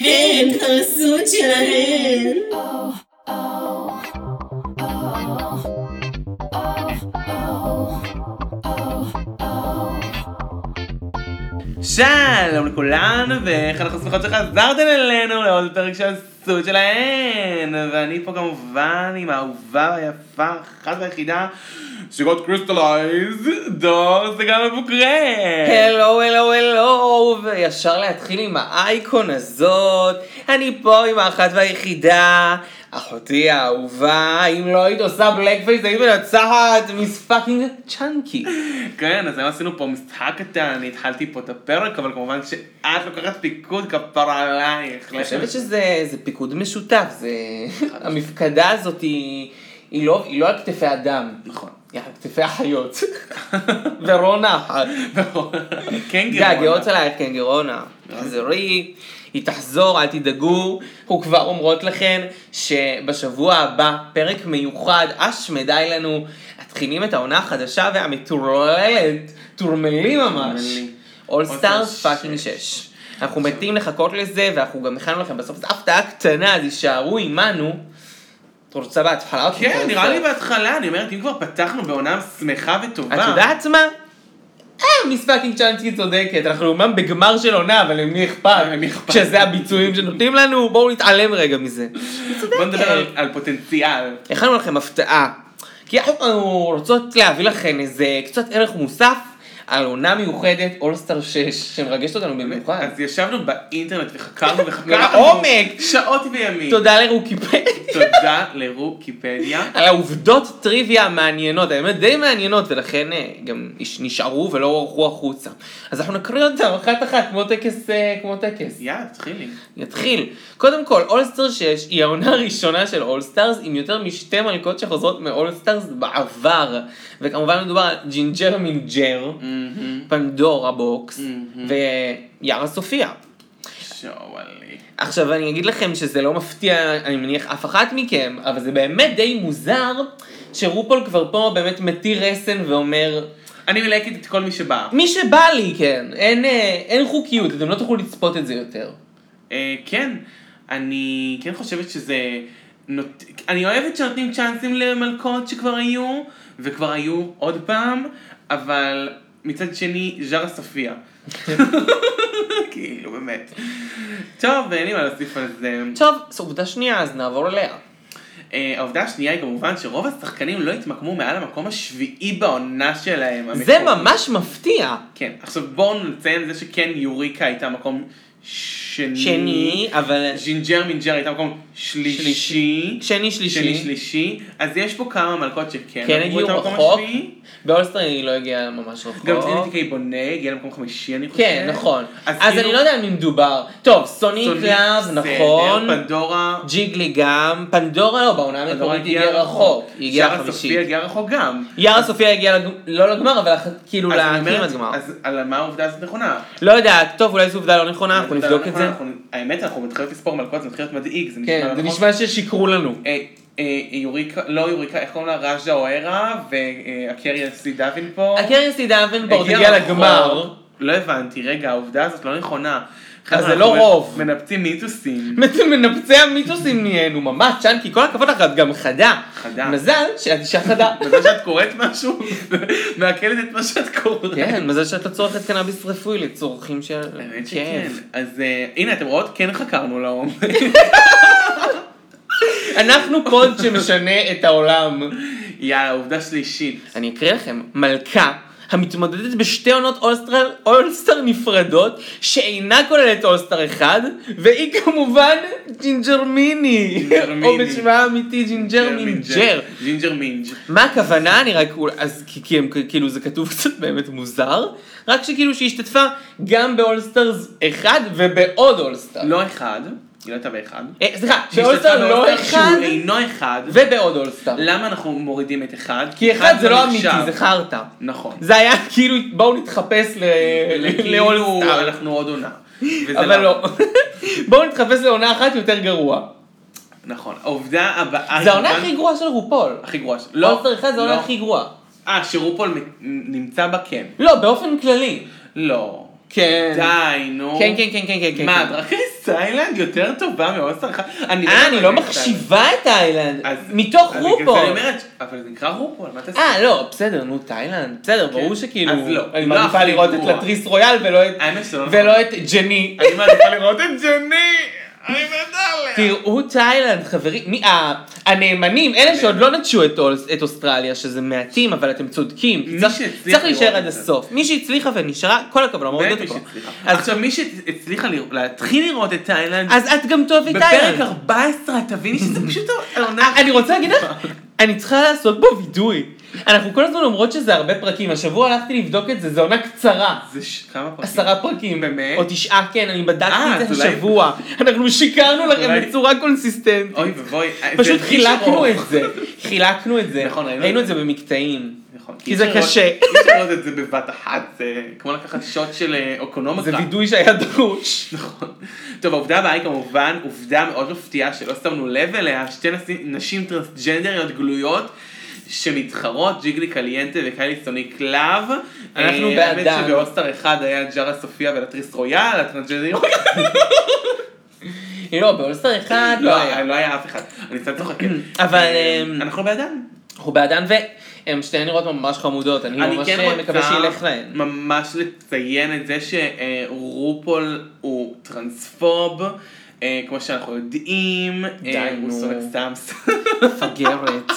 הן הזוג שלהן. שלום לכולן, ואיך אנחנו שמחות שחזרתם אלינו לעוד פרק של הסוד שלהן. ואני פה כמובן עם האהובה היפה, אחת והיחידה, שירות קריסטלייז, דור סגן מבוקרי. הלו, הלו, הלו, וישר להתחיל עם האייקון הזאת. אני פה עם האחת והיחידה, אחותי האהובה, אם לא היית עושה בלק פייס היית מנצחת מיס פאקינג צ'אנקי. כן, אז היום עשינו פה משחק קטן, אני התחלתי פה את הפרק, אבל כמובן שאת לוקחת פיקוד כפרה עלייך. אני חושבת שזה זה פיקוד משותף, זה... המפקדה הזאת היא, היא, לא, היא לא על כתפי אדם, נכון. היא על כתפי החיות. ורונה אחת. כן, געגעות אלייך, כן, גירונה. תחזרי, היא תחזור, אל תדאגו. אנחנו כבר אומרות לכן שבשבוע הבא, פרק מיוחד, אש מדי לנו, מתחילים את העונה החדשה והמטורללת, טורמלי ממש. טורמלי. אול All סטארס Stars פאקינג שש. 6. אנחנו מתים לחכות לזה, ואנחנו גם הכנו לכם בסוף, זו הפתעה קטנה, אז יישארו עימנו. את רוצה בהתחלה? או שאת כן, רוצה נראה לי לסוף? בהתחלה, אני אומרת, אם כבר פתחנו בעונה שמחה וטובה. את יודעת מה? אה, מיס פאקינג צ'אנסקי צודקת, אנחנו אומנם בגמר של עונה, אבל למי אכפת? למי אה, אכפת? שזה הביצועים שנותנים לנו, בואו נתעלם רגע מזה. היא צודקת. בוא נדבר על- על פוטנציאל. הכנו לכם הפתעה. כי אנחנו רוצות להביא לכם איזה קצת ערך מוסף על עונה מיוחדת, אולסטאר 6, שמרגשת אותנו במיוחד. אז ישבנו באינטרנט וחקרנו וחקרנו. לעומק. שעות וימים. תודה לרוקיפדיה. תודה לרוקיפדיה. על העובדות טריוויה המעניינות, האמת די מעניינות, ולכן אה, גם נש- נשארו ולא הורחו החוצה. אז אנחנו נקריא אותם אחת אחת, כמו טקס, אה, כמו טקס. יאללה, תתחילי. נתחיל. קודם כל, אולסטאר 6 היא העונה הראשונה של אולסטארס, עם יותר משתי מלכות שחוזרות מאולסטארס בעבר. וכמובן מדובר על ג'ינג'ר מינג'ר, Mm-hmm. פנדורה בוקס, מהמם. ויארה סופיה. שואלי. עכשיו אני אגיד לכם שזה לא מפתיע, אני מניח, אף אחת מכם, אבל זה באמת די מוזר שרופול כבר פה באמת מתיר רסן ואומר, אני מלהקת את כל מי שבא. מי שבא לי, כן, אין, אה, אין חוקיות, אתם לא תוכלו לצפות את זה יותר. אה, כן, אני כן חושבת שזה... נות... אני אוהבת שנותנים צ'אנסים למלכות שכבר היו, וכבר היו עוד פעם, אבל מצד שני, ז'רה סופיה. כן. כאילו, באמת. טוב, אין לי מה להוסיף על זה. טוב, זו עובדה שנייה, אז נעבור אליה. אה, העובדה השנייה היא כמובן שרוב השחקנים לא התמקמו מעל המקום השביעי בעונה שלהם. זה המקורי. ממש מפתיע. כן. עכשיו בואו נציין את זה שכן יוריקה הייתה מקום שני. שני, אבל... ז'ינג'ר מינג'ר הייתה מקום שלישי. שני שלישי. שני שלישי. אז יש פה כמה מלכות שכן כן עברו את הגיעו המקום רחוק. השביעי. באולסטר היא לא הגיעה ממש רחוק. גם ציינתי בונה הגיע למקום חמישי אני חושב. כן, נכון. אז אז כאילו- אני לא יודע על מי מדובר. טוב, סוניק סוניק, לאב, בסדר, נכון. פנדורה. ג'יגלי גם, פנדורה לא, בעונה פנדורה המקורית היא הגיעה רחוק, היא הגיעה שרה סופיה חמישית. הגיעה רחוק גם. יארה סופיה הגיעה לג- לא לגמר, אבל אח- כאילו אז אני לכמעט אומרת, גמר. אז על מה העובדה הזאת נכונה? לא יודעת, טוב, אולי זו עובדה לא נכונה, אנחנו אתה נבדוק יודע, את זה. אנחנו- האמת, אנחנו מתחילים לספור מלכות, זה מתחיל להיות מדאיג, זה נשמע כן, זה נכון. נשמע ששיקרו לנו. אה, אה, יוריקה, לא יוריקה, איך קוראים לה? ראז'ה אוהרה, אה, והקרי אסי דוינפורט. הקרנסי דאבנבורט הגיע הגיעה רחוק. לגמר. לא הבנתי, רגע, העובדה הזאת לא נכונה. חבר'ה, זה אנחנו לא מ- רוב. מנפצים מיתוסים. מנפצי המיתוסים נהיינו, ממש, צ'אנקי, כל הכבוד לך, את גם חדה. חדה. מזל שאת אישה חדה. בזה שאת קוראת משהו, מעכלת את מה שאת קוראת. כן, מזל שאת לא צורכת קנאביס רפואי לצורכים של... האמת שכן. כיף. אז אה, הנה, אתם רואות? כן חקרנו לעומק. אנחנו פוד שמשנה את העולם. יאללה, עובדה שלישית. אני אקריא לכם, מלכה המתמודדת בשתי עונות אולסטר, אולסטר נפרדות, שאינה כוללת אולסטר אחד, והיא כמובן ג'ינג'ר מיני. ג'ינג'ר מיני. או בשמה האמיתי ג'ינג'ר מינג'ר. ג'ינג'ר מינג'. מה הכוונה? אני רק... אז כי, כי הם, כאילו זה כתוב קצת באמת מוזר, רק שכאילו שהיא השתתפה גם באולסטרס אחד ובעוד אולסטר. לא אחד, היא לא הייתה באחד. אה, סליחה, שהיא השתתפה באולסטר לא באוסטר אחד שהוא אינו אחד. ובעוד אולסטר. למה אנחנו מורידים את אחד? כי אחד זה לא אמיתי, נחשב. זה חרטא. נכון. זה היה כאילו בואו נתחפש ל- כאילו לאולסטאר, אנחנו עוד עונה. וזה אבל לא. בואו נתחפש לעונה אחת יותר גרוע. נכון. העובדה הבאה... זה העונה כמובן- הכי גרועה של רופול. הכי גרועה. ש- לא אולסטאר אחד זה העונה לא. הכי גרועה. אה, שרופול מ- נמצא בה כן. לא, באופן כללי. לא. כן. די, נו. כן, כן, כן, כן, כן. מה, כן. דרכס? תאילנד יותר טובה מאוסטר אחד. אה, אני לא מחשיבה את תאילנד. אז- מתוך אז בגלל זה רופול. אני אומרת, אבל זה נקרא רופול, מה תעשה? אה, לא, בסדר, נו, תאילנד. בסדר, ברור שכאילו... אז לא, אני לא מעדיפה הכי לראות את גרוע. לא לטריס רויאל ולא את... האמת שלא. ולא את ג'ני. אני מעדיפה לראות את ג'ני! אני מתה עליה! תראו תאילנד, חברים, מי, ה- הנאמנים, אלה כן. שעוד לא נטשו את, אוס- את אוסטרליה, שזה מעטים, אבל אתם צודקים. כי מי צריך- שהצליח צריך להישאר לראות עד את זה. הסוף. מי שהצליחה ונשארה, כל הכבוד, המורדות באמת מי הכל. שהצליחה. אז- עכשיו, מי שהצליחה לראות- להתחיל לראות את תאילנד, אז את גם טוב בפרק איתאילנד. 14 את תביני שזה פשוט העונה. אה, אני רוצה להגיד לך, אני צריכה לעשות בו וידוי. אנחנו כל הזמן אומרות שזה הרבה פרקים, השבוע הלכתי לבדוק את זה, זו עונה קצרה. זה ש- כמה פרקים? עשרה פרקים. באמת? או תשעה, כן, אני בדקתי אה, את אז זה אולי- השבוע. אנחנו שיקרנו לכם אולי- בצורה קונסיסטנטית. אוי ואבוי. אה, זה פשוט הרגיש חילקנו ארוך. את זה, חילקנו את זה, נכון, ראינו ראינו את את זה במקטעים. נכון. כי זה אי אפשר קשה. לראות- אי אפשר לראות את זה בבת אחת, זה כמו לקחת שוט של אה, אוקונומיקה. זה וידוי שהיה דרוש. נכון. טוב, העובדה הבאה היא כמובן עובדה מאוד מפתיעה שלא שמנו לב אליה, שתי נשים- נשים טרנסג'נדריות גלויות. שמתחרות, ג'יגלי קליינטה וקיילי סוני קלאב. אנחנו אה, האמת בעדן. שבאוסטר אחד היה ג'ארה סופיה ולטריס רויאל, הטרנסג'נדריות. לא, באולסטר אחד לא היה, לא היה אף אחד. אני קצת צוחקת. אבל, אה, אמ, אנחנו בעדן. אנחנו בעדן והן שתיהן נראות ממש חמודות, אני אני ממש אה, כן מקווה שילך רוצה להן. ממש לציין את זה שרופול הוא טרנספוב, אה, כמו שאנחנו יודעים, די, אה, הוא נו. שונא סטאמס. מפגרת.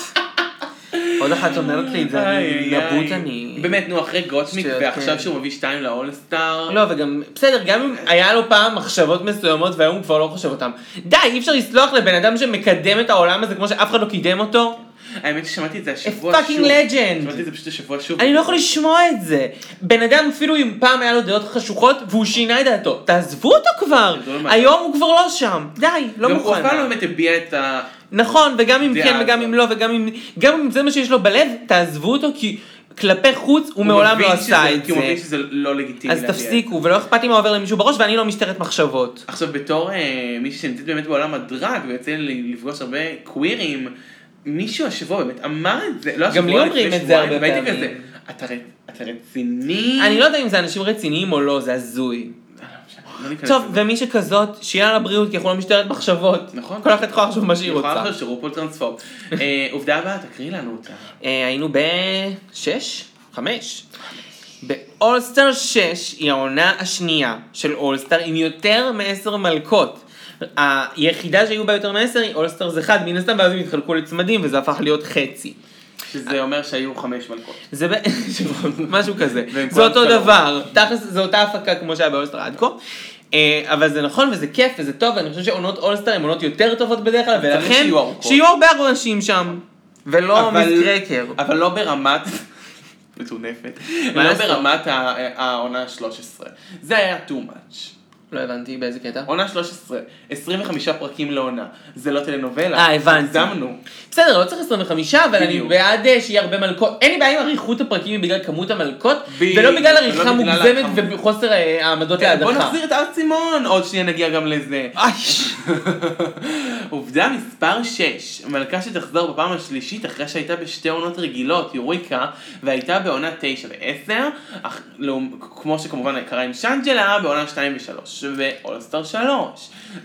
עוד אחת אומרת לי את זה, אני איי, איי. נבוט אני. באמת, נו, אחרי גוטמיק, שטויות, ועכשיו כן. שהוא מביא שתיים לאולסטאר. לא, וגם, בסדר, גם אם היה לו פעם מחשבות מסוימות והיום הוא כבר לא חושב אותן. די, אי אפשר לסלוח לבן אדם שמקדם את העולם הזה כמו שאף אחד לא קידם אותו. האמת ששמעתי את זה השבוע A fucking legend. שמעתי את זה פשוט השבוע שוב. אני לא יכול לשמוע את זה. בן אדם אפילו אם פעם היה לו דעות חשוכות והוא שינה את דעתו. תעזבו אותו כבר. גדול מאוד. היום הוא כבר לא שם. די, לא גם הוא אף מוכן. פעם לא באמת הביע את ה... נכון, וגם אם דעה כן וגם הזאת. אם לא וגם אם... גם אם זה מה שיש לו בלב, תעזבו אותו כי כלפי חוץ הוא מעולם מבין לא שזה- עשה את כי הוא מבין זה. שזה לא לגיטימי. אז להביע את זה. תפסיקו, ולא אכפת לי מה עובר למישהו בראש ואני לא משטרת מחשבות. עכשיו בתור אה, מישהי שנמצאת באמת בעולם הדרג ויוצא לי לפגוש הרבה קווירים, מישהו השבוע באמת אמר את זה, לא השבוע, גם לי אומרים לפני את זה שבועיים, הרבה והייתי פעמים. כזה, "אתה ר- אתה רציני? אני לא יודע אם זה אנשים רציניים או לא, זה הזוי. לא ניכנס טוב, לזה. ומי שכזאת, שיהיה לה בריאות כי אנחנו לא משטרת מחשבות. נכון. כל אחת יכולה לחשוב מה שהיא אני יכולה רוצה. לחשוב שרופול טרנספורם. אה, עובדה הבאה, תקריא לנו אותה. אה, היינו בשש? חמש? באולסטאר 6 היא העונה השנייה של אולסטאר עם יותר מעשר מלכות. היחידה שהיו בה יותר מעשר היא אולסטארס 1 מן הסתם ואז הם התחלקו לצמדים וזה הפך להיות חצי. שזה אומר שהיו חמש מלכות. זה ב... משהו כזה. והם זה אותו כולם דבר. תכלס, זו אותה הפקה כמו שהיה באולסטאר עד כה. אה, אבל זה נכון וזה כיף וזה טוב, ואני חושב שעונות אולסטאר הן עונות יותר טובות בדרך כלל, צריך ולכן שיהיו ארוכות. שיהיו הרבה אנשים שם. ולא אבל- מיסקרקר. אבל לא ברמת... מטונפת. לא מה לעשות? ברמת ה- העונה ה-13. זה היה too much. לא הבנתי באיזה קטע. עונה 13, 25 פרקים לעונה. זה לא טלנובלה. אה, הבנתי. הגזמנו. בסדר, לא צריך 25, אבל אני בדיוק. בעד אה, שיהיה הרבה מלכות. אין לי בעיה עם אריכות הפרקים היא בגלל כמות המלכות, בדיוק, ולא בגלל עריכה ולא לא בגלל מוגזמת הכמות. וחוסר אה, העמדות כן, בוא להדחה. נחזיר את האסימון, עוד שנייה נגיע גם לזה. איי, עובדה מספר 6, מלכה שתחזור בפעם השלישית אחרי שהייתה בשתי עונות רגילות, יוריקה, והייתה בעונה 9 ו-10, אך לא, כמו שכמובן קרה עם שאנג'לה, בעונה 2 ו-3, ואולסטאר 3.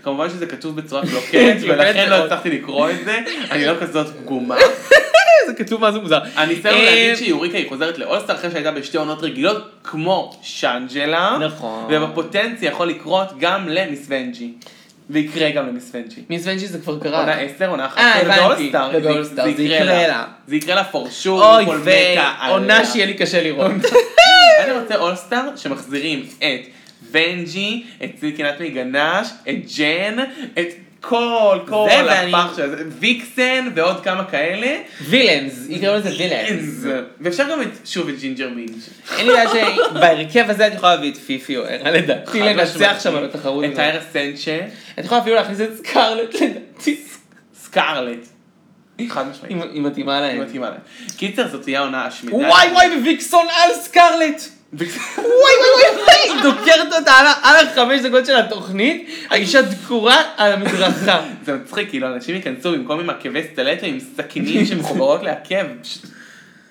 כמובן שזה כתוב בצורה קלוקלת, כן, באמת ולכן לא מאוד. הצלחתי לקרוא את זה, אני לא כזאת פגומה. זה כתוב מה זה מוזר. הניסיון הוא אה, להגיד שיוריקה היא חוזרת לאולסטאר אחרי שהייתה בשתי עונות רגילות, כמו שאנג'לה. נכון. ובפוטנציה יכול לקרות גם למיס ונג'י. ויקרה גם למיס ונג'י. מיס ונג'י זה כבר עונה קרה. 10, עונה 11, אה, הבנתי. ובאולסטאר. זה- ובאולסטאר, זה יקרה לה. זה יקרה לה for sure, אוי כל ויי, מתה עליה. עונה שיהיה לי קשה לראות. אני רוצה אולסטאר שמחזירים את ונג'י, את סילקינת מגנש, את ג'ן, את כל, כל זה ואני- הפח של זה, ויקסן ועוד כמה כאלה. וילאנס, יקראו לזה וילאנס. ואפשר גם את, שוב את ג'ינג'ר מינג'. אין לי בעיה שבהרכב הזה את יכולה להביא את פיפי או ערה לדעתי חד לנצח משמעית. שם על התחרות. את הזאת. טיירה סנצ'ה, את יכולה אפילו להכניס את סקארלט לדעתי. סקארלט. חד משמעית. היא היא מתאימה היא להם. מתאימה לה. קיצר, זאת תהיה העונה השמידה. וואי וואי בוויקסון על סקארלט! ו- וואי וואי וואי וואי! היא דוקרת אותה על ה- על החמש דקות של התוכנית, האישה דקורה על המדרכה. זה מצחיק, כאילו, אנשים ייכנסו במקום עם עקבי סטלטו עם סכינים שמחוברות לעקב. ש-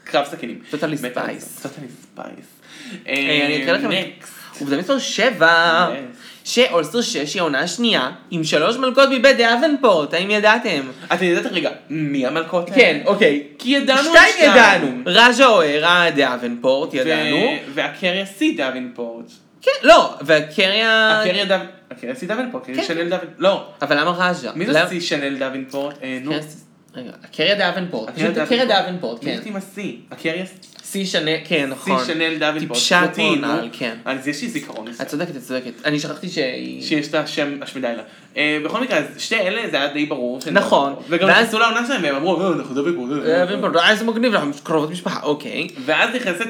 קרב סכינים. Totally מת על זה. Spice. Totally Spice. אה, היי, אני אקרא לכם... Next. עובדה מספר שבע, Yes. שאולסטר 6 היא העונה השנייה, עם שלוש מלכות מבית דאבנפורט, האם ידעתם? אתם ידעתם רגע, מי המלכות? האלה? כן, אוקיי. כי ידענו על שתיים שתיים. ידענו. רג'ה אוהרה דאבנפורט, ו- ידענו. והקרי סי דאבינפורט. כן, לא, והקריה... הקרי דאב- הקרי סי דאבינפורט, אה, כן. לא. הקרי שנל דאבינפורט. לא. אבל למה רג'ה? מי זה למה- סי שנל דאבינפורט? אה, נו. קריה- רגע, הקריה דאבנפורט. הקריה פשוט הקריה דאבנפורט. דאבנפורט, מי כן. זאת עם הסי? הקרי סי שנל, כן, סי נכון. שנל דאבינפורט. טיפשה זאתי, כמו נו. נעל, כן. לא אז יש לי זיכרון את מסוים. צודקת, את צודקת. אני שכחתי שהיא... שיש את השם השמידי לה. אה, בכל מקרה, אז שתי אלה זה היה די ברור. שהן נכון. דאבינפורט. וגם ואז- נכנסו לעונה שלהם והם אמרו, "אה, אנחנו דאבינפורט. אה, אה, אה." דאבנפורט, אה, איזה מגניב, אנחנו קרובות משפחה, אוקיי. ואז נכנסת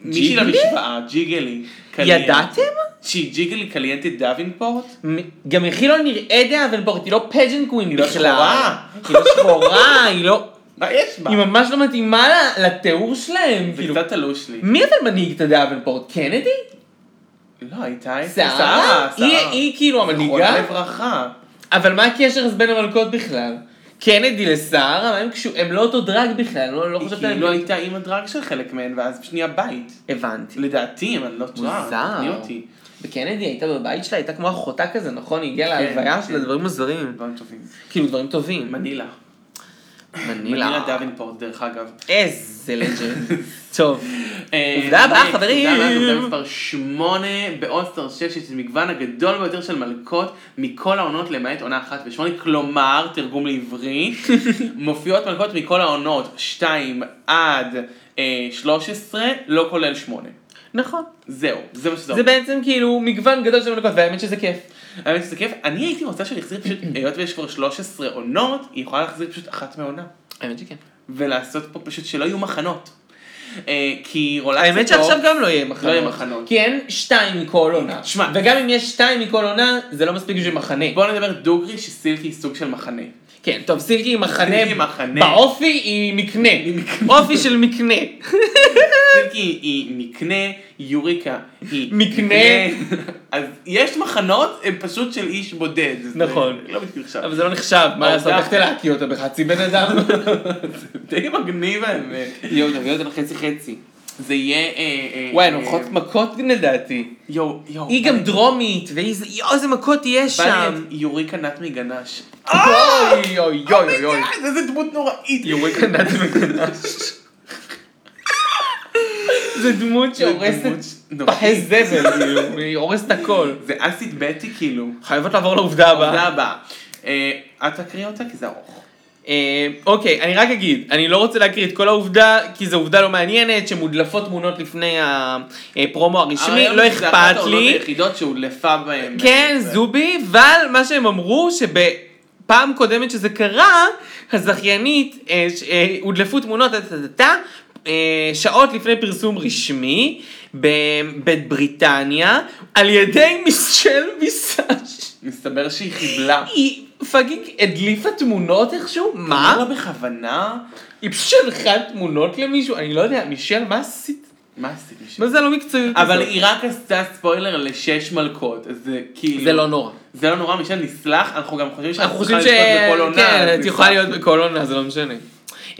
מישהי ג'יגלי? למשוואה, ג'יגלי. קליינט. ידעתם? שהיא ג'יגלי קליינטית דאבינפורט? מ- גם היא לא נראית דאבנפורט, היא לא פג'נט קווין היא לא בכלל. שחורה. היא לא שחורה, היא לא... מה יש בה? היא ממש לא מתאימה ל- לתיאור שלהם, זה כאילו. קצת תלוש לי. מי אבל מנהיג את הדאבנפורט? קנדי? לא, הייתה איפה. שרה? היא- היא כאילו זיכרונה המנהיגה? לברכה. אבל מה הקשר אז בין המלכות בכלל? קנדי לשרה? מה הם קשור- הם לא אותו דרג בכלל, אני לא- לא היא חושבת כאילו עליהם. הייתה אימא דרג של חלק מהן, ואז שנייה בית. הבנתי. לדעתי, אם אני לא טועה. מוזר. תקני אותי. וקנדי הייתה בבית שלה, הייתה כמו אחותה כזה, נכון? היא הגיעה כן, להלוויה כן. של הדברים הזרים. דברים טובים. כאילו דברים טובים. מנילה. מנילה מנילה. דאבינפורט, דרך אגב. איזה לג'נד. טוב. אה, עובדה הבאה, אה, חברים. עובדה הבאה, עובדה מספר 8 באוסטר 6, יש את המגוון הגדול ביותר של מלכות מכל העונות למעט עונה אחת ושמונה, כלומר, תרגום לעברית, מופיעות מלכות מכל העונות 2 עד אה, 13, לא כולל 8. נכון. זהו, זה מה שזה זה אומר. בעצם כאילו מגוון גדול של מלכות, והאמת שזה כיף. האמת שזה כיף, אני הייתי רוצה שנחזיר פשוט, היות ויש כבר 13 עונות, היא יכולה להחזיר פשוט אחת מהעונה. האמת שכן. ולעשות פה פשוט שלא יהיו מחנות. אה, כי רולציה האמת שעכשיו גם לא יהיה מחנות. לא יהיה מחנות. כי אין שתיים מכל עונה. שמע, וגם אם יש שתיים מכל עונה, זה לא מספיק בשביל מחנה. בואו נדבר דוגרי שסילקי היא סוג של מחנה. כן, טוב, סילקי היא מחנה. סילקי היא מחנה. באופי היא מקנה. אופי של מקנה. סילקי היא מקנה, יוריקה היא מקנה. אז יש מחנות, הם פשוט של איש בודד. זה נכון. לא בדיוק עכשיו. אבל זה לא נחשב, מה לעשות, העובדה- איך תלהקי אותה בחצי בן אדם? די מגניב האמת. יואו, נביא אותה בחצי חצי. זה יהיה... אה, אה, וואי, הן אה, הולכות מכות לדעתי. יואו, יואו. אה, היא גם דרומית, ואיזה, יואו, איזה מכות יש בא לי שם. את יוריקה נטמי גנש. אוי, אוי, אוי, אוי. אה, איזה דמות נוראית. יוריקה נטמי גנש. זה דמות זה דמות שהורסת נוראית. פחי זבל, כאילו, היא הורסת הכל. זה אסיד בטי כאילו. חייבות לעבור לעובדה תודה הבאה. הבאה. אה, את תקריא אותה כי זה ארוך. אה, אוקיי, אני רק אגיד, אני לא רוצה להקריא את כל העובדה, כי זו עובדה לא מעניינת, שמודלפות תמונות לפני הפרומו הרשמי, הרעיון לא הוא שזה אחת אכפת העונות לי. היחידות שהודלפה בהם. אה, כן, זה- זובי, אבל מה שהם אמרו שבפעם קודמת שזה קרה, הזכיינית, אה, ש- אה, הודלפו תמונות, טה, טה, טה, טה, אה, שעות לפני פרסום רשמי בבית בריטניה, על ידי מישל ויסאז'. מסתבר שהיא חיבלה. היא פאקינג הדליפה תמונות איכשהו? מה? לא בכוונה? היא פשוט שלחה תמונות למישהו? אני לא יודע, מישל, מה עשית? מה עשית משם? מה זה לא מקצועי? אבל היא רק עשתה ספוילר לשש מלכות, אז זה כאילו... זה לא נורא. זה לא נורא, מישל נסלח, אנחנו גם חושבים אנחנו שאנחנו חושבים ש... כן, את יכולה להיות בכל עונה, זה לא משנה.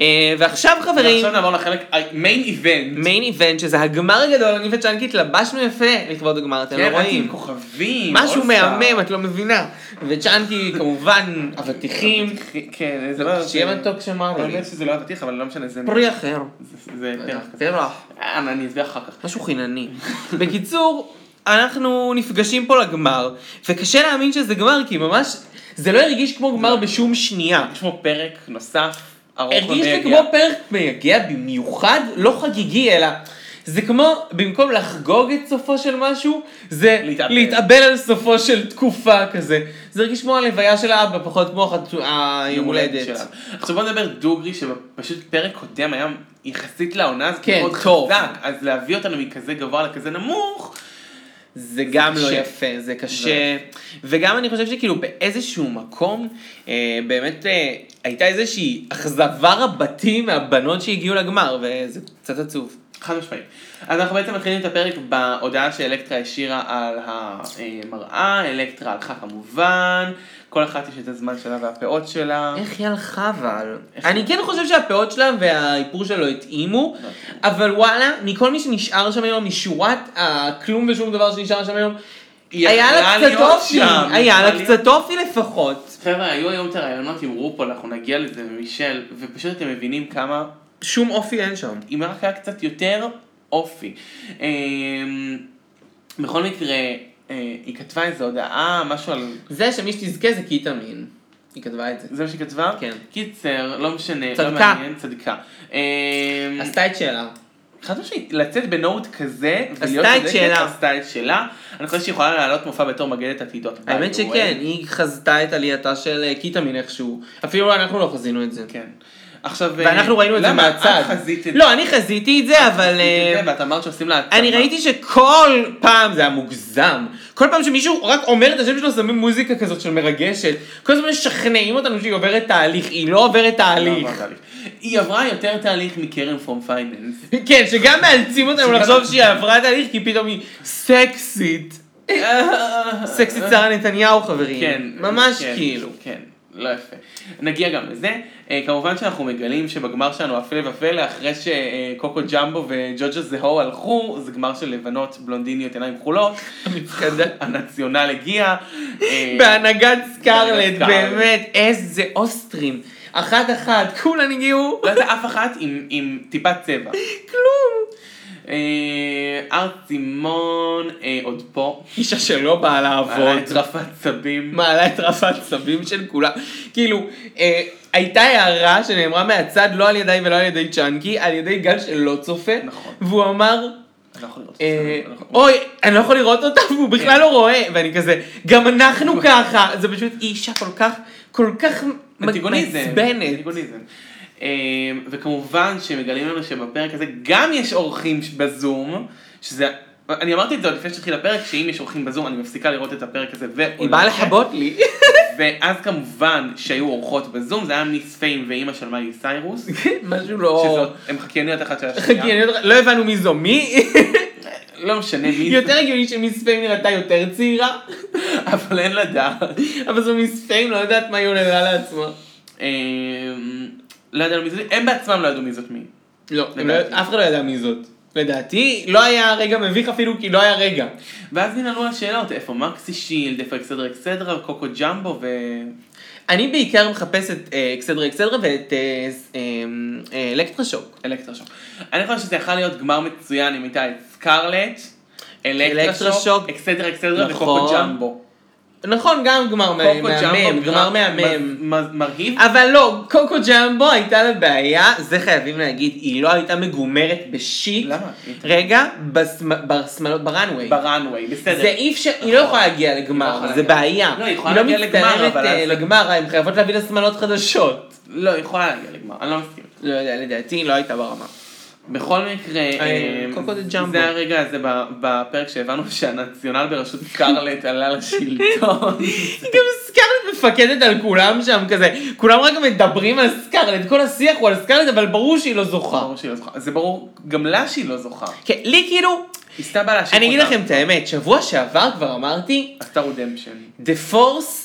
אה, ועכשיו חברים, ועכשיו נעבור לחלק, אה, מיין איבנט. מיין איבנט, שזה הגמר הגדול, אני וצ'אנקי התלבשנו יפה לכבוד הגמר, אתם לא כן, באתי עם רואים. כוכבים. משהו אולסטאר. מהמם, את לא מבינה. וצ'אנקי כמובן אבטיחים, כן, זה לא... שיהיה זה- מתוק שמר לי. האמת שזה לא אבטיח, אבל לא משנה, זה... פרי אחר. זה- לא זה פרח כזה. פרח. אה, אני אסביר אחר כך. משהו חינני. בקיצור, אנחנו נפגשים פה לגמר, וקשה להאמין שזה גמר, כי ממש, זה לא הרגיש כמו גמר בשום שנייה. יש כמו פרק נוסף, ארוך הרגיש לי ומייגע. כמו פרק מייגע במיוחד, לא חגיגי, אלא זה כמו, במקום לחגוג את סופו של משהו, זה להתאבל. להתאבל על סופו של תקופה כזה. זה הרגיש כמו הלוויה של האבא, פחות כמו החתו- היום הולדת. שלה. עכשיו בוא נדבר דוגרי, שפשוט פרק קודם היה יחסית לעונה הזאת כן, מאוד טוב. חזק, אז להביא אותנו מכזה גבוה לכזה נמוך, זה גם לא קשה. יפה, זה קשה. וגם אני חושב שכאילו באיזשהו מקום, אה, באמת אה, הייתה איזושהי אכזבה רבתי מהבנות שהגיעו לגמר, וזה קצת עצוב. חד משמעית. אז אנחנו בעצם מתחילים את הפרק בהודעה שאלקטרה השאירה על המראה, אלקטרה הלכה כמובן, כל אחת יש את הזמן שלה והפאות שלה. איך היא הלכה אבל? אני כן חושב שהפאות שלה והאיפור שלו לא התאימו, אבל וואלה, מכל מי שנשאר שם היום, משורת הכלום ושום דבר שנשאר שם היום, היא היה יכלה לה קצת להיות אופי, שם, היה יכלה לה להיות- קצת אופי לפחות. חבר'ה, היו היום את הרעיונות עם רופול, אנחנו נגיע לזה ומישל, ופשוט אתם מבינים כמה, שום אופי אין שם. אם רק היה קצת יותר אופי. אמ, בכל מקרה, אה, היא כתבה איזו הודעה, משהו על... זה שמי שתזכה זה קיטמין. היא כתבה את זה. זה מה שהיא כתבה? כן. קיצר, לא משנה, צדקה. לא מעניין, צדקה. אמ, עשתה את שלה. חד משמעית, לצאת בנוט כזה, ולהיות עשתה את צודקת, שלה. עשתה את שלה. אני חושב שהיא יכולה לעלות מופע בתור מגדת עתידות. by האמת the שכן, way. היא חזתה את עלייתה של אה, קיטמין איכשהו. אפילו אנחנו לא חזינו את זה. כן. עכשיו... אה, ואנחנו ראינו את זה מהצד. למה את חזית את זה? לא, אני חזיתי את זה, אבל... עשית אה, את זה, ואת אמרת שעושים לה... אני הצבא. ראיתי שכל פעם, זה היה מוגזם, כל פעם שמישהו רק אומר את השם שלו שמים מוזיקה כזאת של מרגשת, כל הזמן משכנעים אותנו שהיא עוברת תהליך, היא לא עוברת לא תהליך. עברה תהליך. היא עברה יותר תהליך מקרן פרום פייננס. כן, שגם מאלצים אותנו שגם- לחשוב שהיא עברה תהליך כי פתאום היא סקסית. סקסית שרה נתניהו חברים. כן. ממש כן, כאילו. כן, לא יפה. נגיע גם לזה. אה, כמובן שאנחנו מגלים שבגמר שלנו, הפלא ופלא, אחרי שקוקו ג'מבו וג'וג'ה זהו הלכו, זה גמר של לבנות בלונדיניות עיניים כחולות. המפקדה. הנציונל הגיע. אה, בהנהגת סקרלט, בהנהגת סקרלט. באמת, איזה אוסטרים. אחת אחת, כולן הגיעו. לא הייתה אף אחת עם- עם טיפת צבע. כלום. אה, הר צימון אה, עוד פה. אישה שלא באה מעלה לעבוד. את רף העצבים. מעלה את רף העצבים של כולם. כאילו, אה, הייתה הערה שנאמרה מהצד, לא על ידיי ולא על ידי צ'אנקי, על ידי גל שלא צופה. נכון. והוא אמר, אני לא יכול לראות את זה, אה, אני לא יכול- אוי, אני לא יכול לראות אותה, והוא בכלל לא רואה. ואני כזה, גם אנחנו ככה. זה פשוט אישה כל כך, כל כך אנטיגוניזם. מעצבנת. אנטיגוניזם. אמ, וכמובן שמגלים לנו שבפרק הזה גם יש אורחים ש- בזום, שזה... אני אמרתי את זה עוד לפני שהתחיל הפרק, שאם יש אורחים בזום אני מפסיקה לראות את הפרק הזה והולכת. היא באה לכבות לי. ואז כמובן שהיו אורחות בזום, זה היה מיס פיין ואימא של מאי סיירוס, משהו לא... שזאת, הן חקייניות אחת של השנייה. חגיגניות, לא הבנו מי זו מי. לא משנה מי זה, יותר הגיוני שמיס פיין נראתה יותר צעירה, אבל אין לדעת. אבל זו מיס פיין, לא יודעת מה היא עוללה לעצמה. אמ, לא ידענו מי זאת, הם בעצמם לא ידעו מי זאת מי. לא, הם לדעתי. לא- אף אחד לא ידע מי זאת. לדעתי, לא היה רגע מביך אפילו, כי לא היה רגע. ואז ננעלו השאלות, איפה מקסי שילד, איפה אקסדרה אקסדרה, קוקו ג'מבו ו... אני בעיקר מחפש את אה, אקסדרה אקסדרה ואת אה, ס- אה, אה, אלקטרה שוק. אלקטרה שוק. אני חושב שזה יכול להיות גמר מצוין אם הייתה את סקרלט, אלקטרה אלקטרה שוק, שוק. אקסדרה אקסדרה נכון. וקוקו ג'מבו. נכון, גם גמר מה- קוקו מהמם, ג'מבו, גמר מהמם. מ- מ- מרהיב. אבל לא, קוקו ג'מבו הייתה לה בעיה, זה חייבים להגיד, היא לא הייתה מגומרת בשיט. למה? רגע, בשמ- בשמאלות, ברנוויי. ברנוויי, בסדר. זה אי אפשר, היא לא נכון. יכולה להגיע היא לא יכולה לגמר, זה להגיע. בעיה. לא, היא יכולה להגיע לגמר, היא לא אבל מצטערת אה, אז- לגמר, הן חייבות להביא לה שמלות חדשות. לא, היא יכולה להגיע לגמר, אני לא מסכים. לא יודע, לדעתי היא לא הייתה ברמה. בכל מקרה, אה, אמ, קוקו דה ג'מבו. זה הרגע הזה ב- בפרק שהבנו שהנציונל בראשות סקרלט עלה לשלטון. היא גם סקארלט מפקדת על כולם שם כזה, כולם רק מדברים על סקארלט, כל השיח הוא על סקארלט, אבל ברור שהיא לא זוכה. ברור שהיא לא זוכה. זה ברור, גם לה שהיא לא זוכה. כן, לי כאילו, היא סתם באה להשאיר אני אגיד לכם את האמת, שבוע שעבר כבר אמרתי, עשתה רודמפשן. The Force,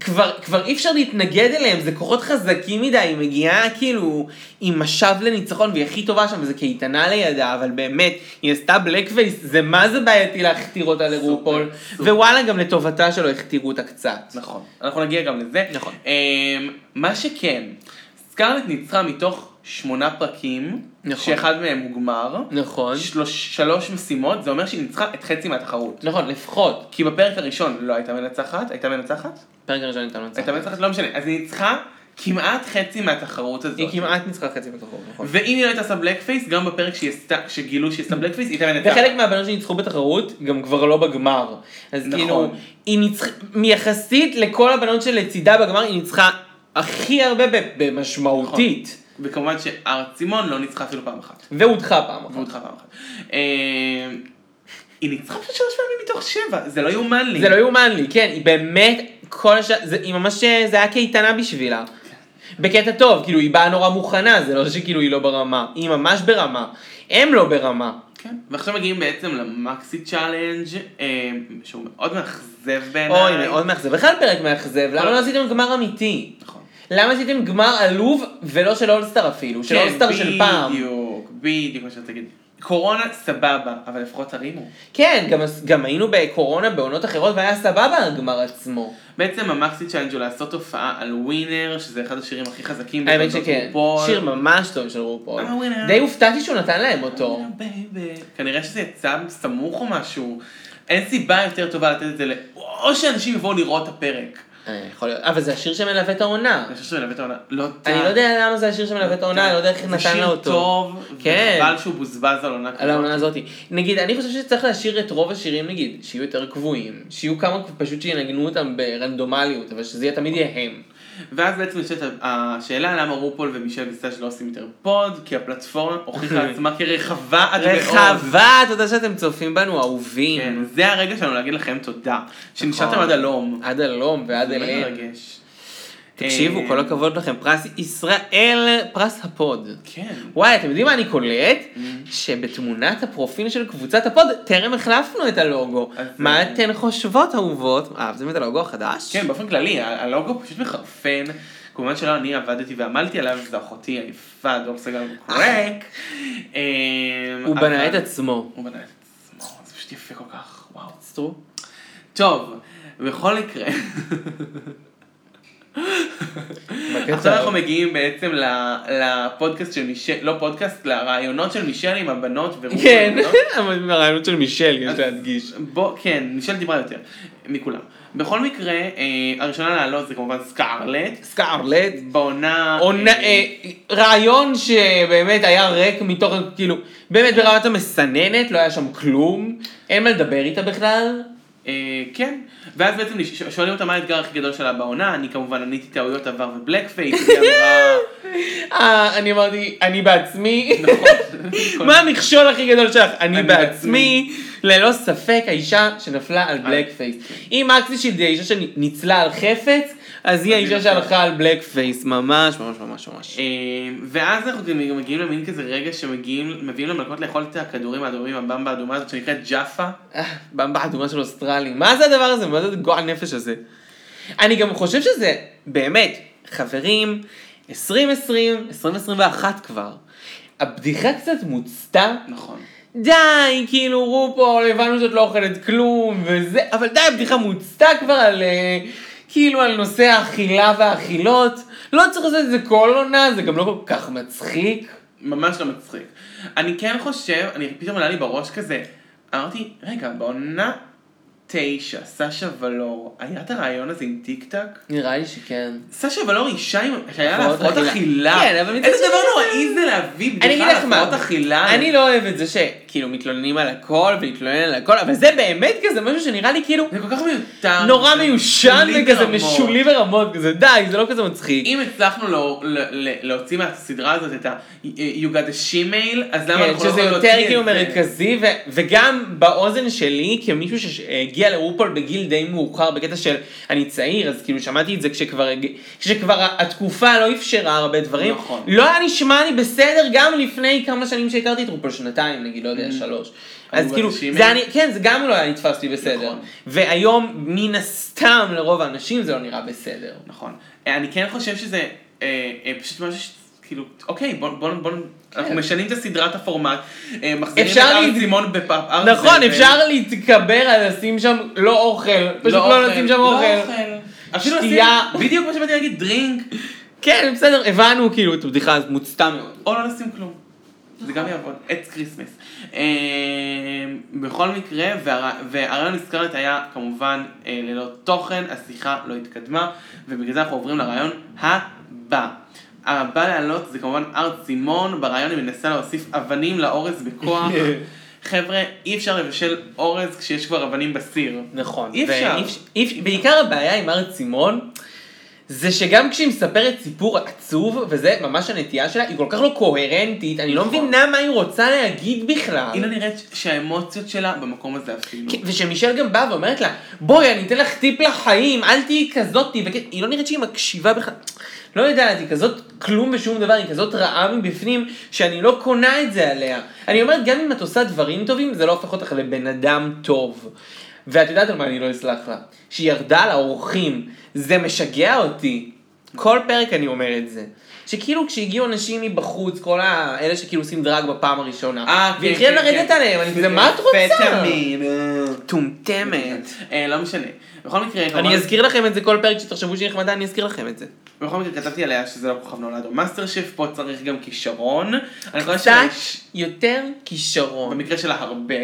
כבר, כבר אי אפשר להתנגד אליהם, זה כוחות חזקים מדי, היא מגיעה כאילו עם משב לניצחון, והיא הכי טובה שם, וזה קייטנה לידה, אבל באמת, היא עשתה בלק פייס, זה מה זה בעייתי להכתיר אותה לרופול, סופר. ווואלה, גם לטובתה שלו הכתירו אותה קצת. נכון. אנחנו נגיע גם לזה. נכון. אמ, מה שכן, סקרלט ניצחה מתוך שמונה פרקים, נכון. שאחד מהם הוא גמר. נכון. שלוש- שלוש משימות, זה אומר שהיא ניצחה את חצי מהתחרות. נכון, לפחות. כי בפרק הראשון לא הייתה מנצחת, הייתה מנצחת? פרק הראשון הייתה מנצחת. הייתה מנצחת? לא משנה. אז היא ניצחה כמעט חצי מהתחרות הזאת. היא כמעט ניצחה חצי בתחרות, נכון. ואם היא לא הייתה עושה בלק פייס, גם בפרק שהיא עשתה- כשגילו שהיא עשתה בלק פייס, היא הייתה מנצחת. וחלק מהבנות שניצחו בתחרות גם כבר לא בגמר. אז נכון. כאילו, היא ניצחה, יחסית לכל הבנות שלצידה בגמר, היא ניצחה הכי הרבה ב- במשמעותית. נכון. וכמובן שהרצימון לא ניצחה אפילו פעם אחת. והודחה פעם אחת. והודחה פעם אחת. אה, היא ניצחה פשוט שלוש פעמים מתוך שבע, זה לא יאומן לי. זה לא יאומן לי, כן, היא באמת, כל השעה, זה- היא ממש, אה, זה היה קייטנה בשבילה. כן. בקטע טוב, כאילו, היא באה נורא מוכנה, זה לא שכאילו היא לא ברמה. היא ממש ברמה. הם לא ברמה. כן. ועכשיו מגיעים בעצם למקסי צ'אלנג', אה, שהוא מאוד מאכזב בעיניי. אוי, מאוד מאכזב. בכלל פרק מאכזב, למה לא עשיתם גמר אמיתי? נכון. למה עשיתם כן, גמר עלוב ולא כן, של אולסטאר אפילו? של אולסטאר של פעם. בדיוק, בדיוק מה שרציתי להגיד. קורונה סבבה, אבל לפחות תרימו. כן, גם, גם היינו בקורונה בעונות אחרות והיה סבבה הגמר עצמו. בעצם המקסית שלנו לעשות הופעה על ווינר, שזה אחד השירים הכי חזקים. האמת בתולדות שכן, רופול. שיר ממש טוב של רופול. אה, הנה. די הופתעתי שהוא נתן להם אותו. ווינר, בייבי. כנראה שזה יצא סמוך או משהו. אין סיבה יותר טובה לתת את זה ל... או שאנשים יבואו לראות את הפרק. אה, יכול להיות, אבל זה השיר שמלווה את העונה. אני חושב שזה מלווה את העונה. לא יודע. אני לא יודע למה זה השיר שמלווה את העונה, אני לא יודע איך זה נתן שיר לה אותו. טוב, כן. וחבל שהוא בוזבז על עונה כזאת. על העונה הזאת. נגיד, אני חושב שצריך להשאיר את רוב השירים, נגיד, שיהיו יותר קבועים. שיהיו כמה, פשוט שינגנו אותם ברנדומליות, אבל שזה יהיה- תמיד יהיה הם. ואז בעצם נשאלת השאלה למה רופול ומישל וסטאז' לא עושים יותר פוד, כי הפלטפורמה הוכיחה עצמה כרחבה עד מאוד. רחבה, תודה שאתם צופים בנו, אהובים. כן, זה הרגע שלנו להגיד לכם תודה. שנשארתם עד הלום. נכון. עד הלום ועד זה באמת אליהם. מרגש. תקשיבו, אה, כל הכבוד לכם, פרס ישראל, פרס הפוד. כן. וואי, אתם יודעים מה אני קולט? Mm. שבתמונת הפרופיל של קבוצת הפוד טרם החלפנו את הלוגו. אז, מה אה, אתן חושבות, אהובות? אה, אהבתם את הלוגו החדש? כן, באופן כללי, ה- הלוגו פשוט מחרפן. כמובן שלא אני עבדתי ועמלתי עליו, זו אחותי היפה, דור סגל אה, קורק. הוא בנה את עצמו. הוא בנה את עצמו, זה פשוט יפה כל כך, וואו. סטרו. טוב, בכל מקרה, כן, עכשיו אנחנו מגיעים בעצם ל- לפודקאסט של מישל, לא פודקאסט, לרעיונות של מישל עם הבנות ורות. כן, הבנות. אבל עם הרעיונות של מישל, כן, יש לא? אז- להדגיש. בוא, כן, מישל דיברה יותר מכולם. בכל מקרה, אה, הראשונה לעלות זה כמובן סקארלט. סקארלט. בעונה... עונה- אה, אה, רעיון שבאמת היה ריק מתוך, כאילו, באמת ברמת המסננת, לא היה שם כלום, אין מה לדבר איתה בכלל. אה, כן, ואז בעצם נש- ש- שואלים אותה מה האתגר הכי גדול שלה בעונה, אני כמובן עניתי טעויות עבר ובלק פייס, היא אמרה, אה, אני אמרתי, אני בעצמי. נכון, מה המכשול הכי גדול שלך? אני אני בעצמי, ללא ספק, האישה שנפלה על אה. בלק פייס. אם אקסי שילד היא האישה שניצלה על חפץ, אז היא אז היא האישה נפלה. שהלכה על בלק פייס, ממש ממש ממש ממש. אה, ואז אנחנו גם מגיעים למין כזה רגע שמגיעים, מביאים למלכות לאכול את הכדורים האדומים, הבמבה האדומה הזאת שנקראת ג'אפה. אה, במבה האדומה של אוסטרלי, מה זה הדבר הזה? מה זה גועל נפש הזה? אני גם חושב שזה, באמת, חברים, 2020, 2021 כבר. הבדיחה קצת מוצתה, נכון. די, כאילו רופול, הבנו שאת לא אוכלת כלום וזה, אבל די, הבדיחה מוצתה כבר על, אה, כאילו, על נושא האכילה והאכילות. לא צריך לעשות את זה כל עונה, זה גם לא כל כך מצחיק. ממש לא מצחיק. אני כן חושב, אני פתאום עלה לי בראש כזה, אמרתי, רגע, בעונה תשע, סשה ולור, היה את הרעיון הזה עם טיק טק? נראה לי שכן. סשה ולור אישה עם... שהיה לה הפרעות הפרעות אכילה. אכילה. כן, אבל מצד איזה שני דבר זה- נוראי זה להביא אני אגיד בדיחה על לך מה, הפרעות אכילה. אני לא אוהב את זה שכאילו מתלוננים על הכל ולהתלונן על הכל, אבל זה באמת כזה משהו שנראה לי כאילו זה כל כך מיותר. נורא זה מיושן שולי וכזה ברמות. משולי ברמות, כזה די, זה לא כזה מצחיק. אם הצלחנו לא- ל- ל- להוציא מהסדרה הזאת את ה- אה, You got a Gmail, אז למה כן, אנחנו לא שזה יכולים יותר להוציא כאילו את זה? מרכזי, ו- וגם באוזן שלי, כמישהו שהגיע לרופול בגיל די מאוחר, בקטע של אני צעיר, אז כאילו שמעתי את זה כשכבר, הג- כשכבר ה- התקופה לא אפשרה הרבה דברים. נכון. לא היה נשמע לי בסדר גם לפני כמה שנים שהכרתי את רופול, שנתיים נגיד, לא Mm-hmm. יודע, שלוש. אז בת כאילו, שישים? זה אני, כן, זה גם לא היה נתפס לי בסדר. נכון. והיום, מן הסתם, לרוב האנשים זה לא נראה בסדר. נכון. אה, אני כן חושב שזה אה, אה, פשוט משהו ש... כאילו, אוקיי, בוא, בוא, בוא, אנחנו משנים את הסדרת הפורמט, אה, מחזירים את כן. אפשר ארץ להתג- לימון בפאפ ארץ לא נכון, זבל. אפשר להתקבר על לשים שם לא אוכל, פשוט לא לשים שם לא אוכל. אוכל. אפילו שתייה. לשים, בדיוק מה שבאתי להגיד, דרינק, כן, בסדר, הבנו כאילו את הבדיחה הזאת מוצתה מאוד. או לא לשים כלום. זה גם יעבוד, עץ כריסמס. אה, בכל מקרה, והר- והרעיון לסקרלט היה כמובן אה, ללא תוכן, השיחה לא התקדמה, ובגלל זה אנחנו עוברים לרעיון הבא. הבא לעלות זה כמובן הר צימון, ברעיון היא מנסה להוסיף אבנים לאורז בכוח. חבר'ה, אי אפשר לבשל אורז כשיש כבר אבנים בסיר. נכון. אי אפשר. ואי אפ- אי אפ- בעיקר הבעיה עם הר צימון, זה שגם כשהיא מספרת סיפור עצוב, וזה ממש הנטייה שלה, היא כל כך לא קוהרנטית, אני לא נכון. מבינה מה היא רוצה להגיד בכלל. היא לא נראית שהאמוציות שלה במקום הזה אפילו. כן, ושמישל גם באה ואומרת לה, בואי, אני אתן לך טיפ לחיים, אל תהיי כזאתי, וכן, היא לא נראית שהיא מקשיבה בכלל. לא יודעת, היא כזאת כלום בשום דבר, היא כזאת רעה מבפנים, שאני לא קונה את זה עליה. אני אומרת, גם אם את עושה דברים טובים, זה לא הופך אותך לבן אדם טוב. ואת יודעת על מה אני לא אסלח לה? שהיא ירדה על האורחים. זה משגע אותי. כל פרק אני אומר את זה. שכאילו כשהגיעו אנשים מבחוץ, כל האלה שכאילו עושים דרג בפעם הראשונה. אה, כן, והתחילה כן, לרדת כן. עליהם, אני כזה, מה את רוצה? פטמין. אה. מטומטמת. אה, לא משנה. בכל מקרה, כמובן- אני אזכיר לכם את זה כל פרק שתחשבו שהיא נחמדה, אני אזכיר לכם את זה. בכל מקרה כתבתי עליה שזה לא כוכב נולד או מאסטר שף, פה צריך גם כישרון. אני חושב קצת שיש- יותר כישרון. במקרה שלה הרבה,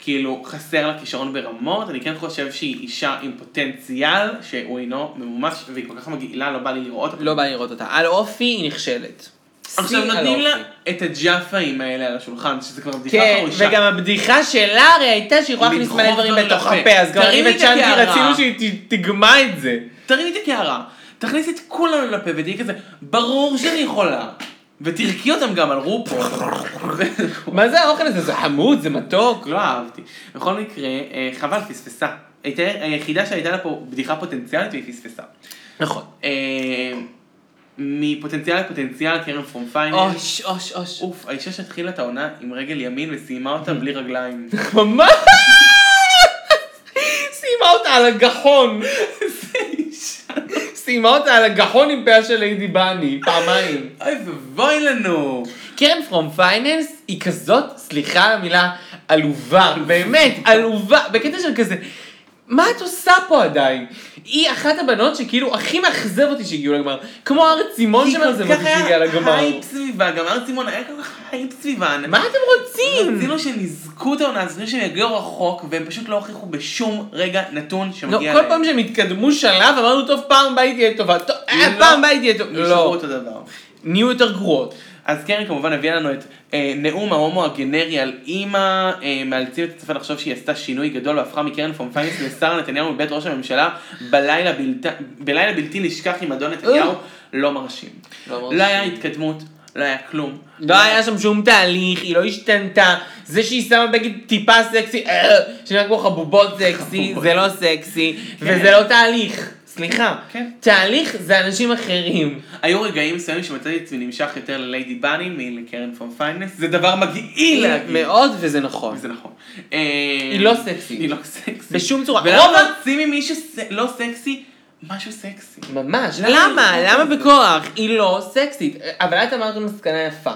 כאילו חסר לה כישרון ברמות, אני כן חושב שהיא אישה עם פוטנציאל שהוא אינו ממומש והיא כל כך מגעילה, לא בא לי לראות. לא בא לי לראות אותה. על אופי היא נכשלת. שיא עכשיו על נותנים לה אופי. את הג'אפאים האלה על השולחן, שזה כבר בדיחה כן, חרושה. וגם הבדיחה שלה הרי הייתה שהיא יכולה להכניס לדחוף מלא דברים דברים בתוך לפה. הפה, אז כבר תרימי אני את הקערה. וצ'אנקי רצינו שהיא ת- תגמע את זה. תרימי את הקערה, תכניסי את כולנו לפה ותהיי כזה, ברור שאני יכולה. ותרקי אותם גם על רופו. מה זה האוכל הזה? זה חמוד, זה מתוק. לא אהבתי. בכל מקרה, אה, חבל, פספסה. הייתה היחידה שהייתה לה פה בדיחה פוטנציאלית והיא פספסה. נכון. אה, מפוטנציאל לפוטנציאל, קרן פרום פייננס. אוש, אוש, אוש. אוף, האישה שהתחילה את העונה עם רגל ימין וסיימה אוקיי. אותה בלי רגליים. ממש! סיימה אותה על הגחון. סיימה אותה על הגחון עם פאה של ליידי בני, פעמיים. אוי ואבוי לנו! קרן פרום פייננס היא כזאת, סליחה על המילה, עלובה, באמת, עלובה, בקטע של כזה, מה את עושה פה עדיין? היא אחת הבנות שכאילו הכי מאכזב אותי שהגיעו לגמר, כמו הר צימון שמאכזב אותי שהגיעה לגמר. הייפ סביבה, גם הר צימון היה כל כך הייפ סביבן. מה אתם רוצים? רצינו שהם יזכו את העונה, רצינו שהם יגיעו רחוק, והם פשוט לא הוכיחו בשום רגע נתון לא, שמגיע כל פעם שהם התקדמו שלב אמרנו טוב פעם הבאה היא תהיה טובה, טוב, אה, פעם הבאה היא תהיה טובה, נשארו לא, אותו דבר. נהיו יותר גרועות. אז קרן כמובן הביאה לנו את אה, נאום ההומו הגנרי על אימא, אה, מאלצים את הצפה לחשוב שהיא עשתה שינוי גדול והפכה מקרן פון פיינס לשר נתניהו מבית ראש הממשלה בלילה, בלת... בלילה בלתי נשכח עם אדון נתניהו, אה. לא מרשים. לא מרשים. לא היה התקדמות, לא היה כלום. לא היה שם שום תהליך, היא לא השתנתה, זה שהיא שמה בגד טיפה סקסי, אה, שנראה כמו חבובות סקסי, חבובות. זה לא סקסי, וזה לא תהליך, סליחה. כן. תהליך זה אנשים אחרים. היו רגעים מסוימים שמצאתי את עצמי נמשך יותר לליידי בני מלקרן פון פיינס, זה דבר מגעיל להגיד. אה, מאוד, וזה נכון. זה נכון. היא לא סקסית. היא לא סקסית. בשום צורה. ולמה רוב ה- רוצים ממי שלא לא סקסי משהו סקסי? ממש, למה למה? היא למה לא בכוח? היא לא סקסית. אבל את אמרת מסקנה יפה,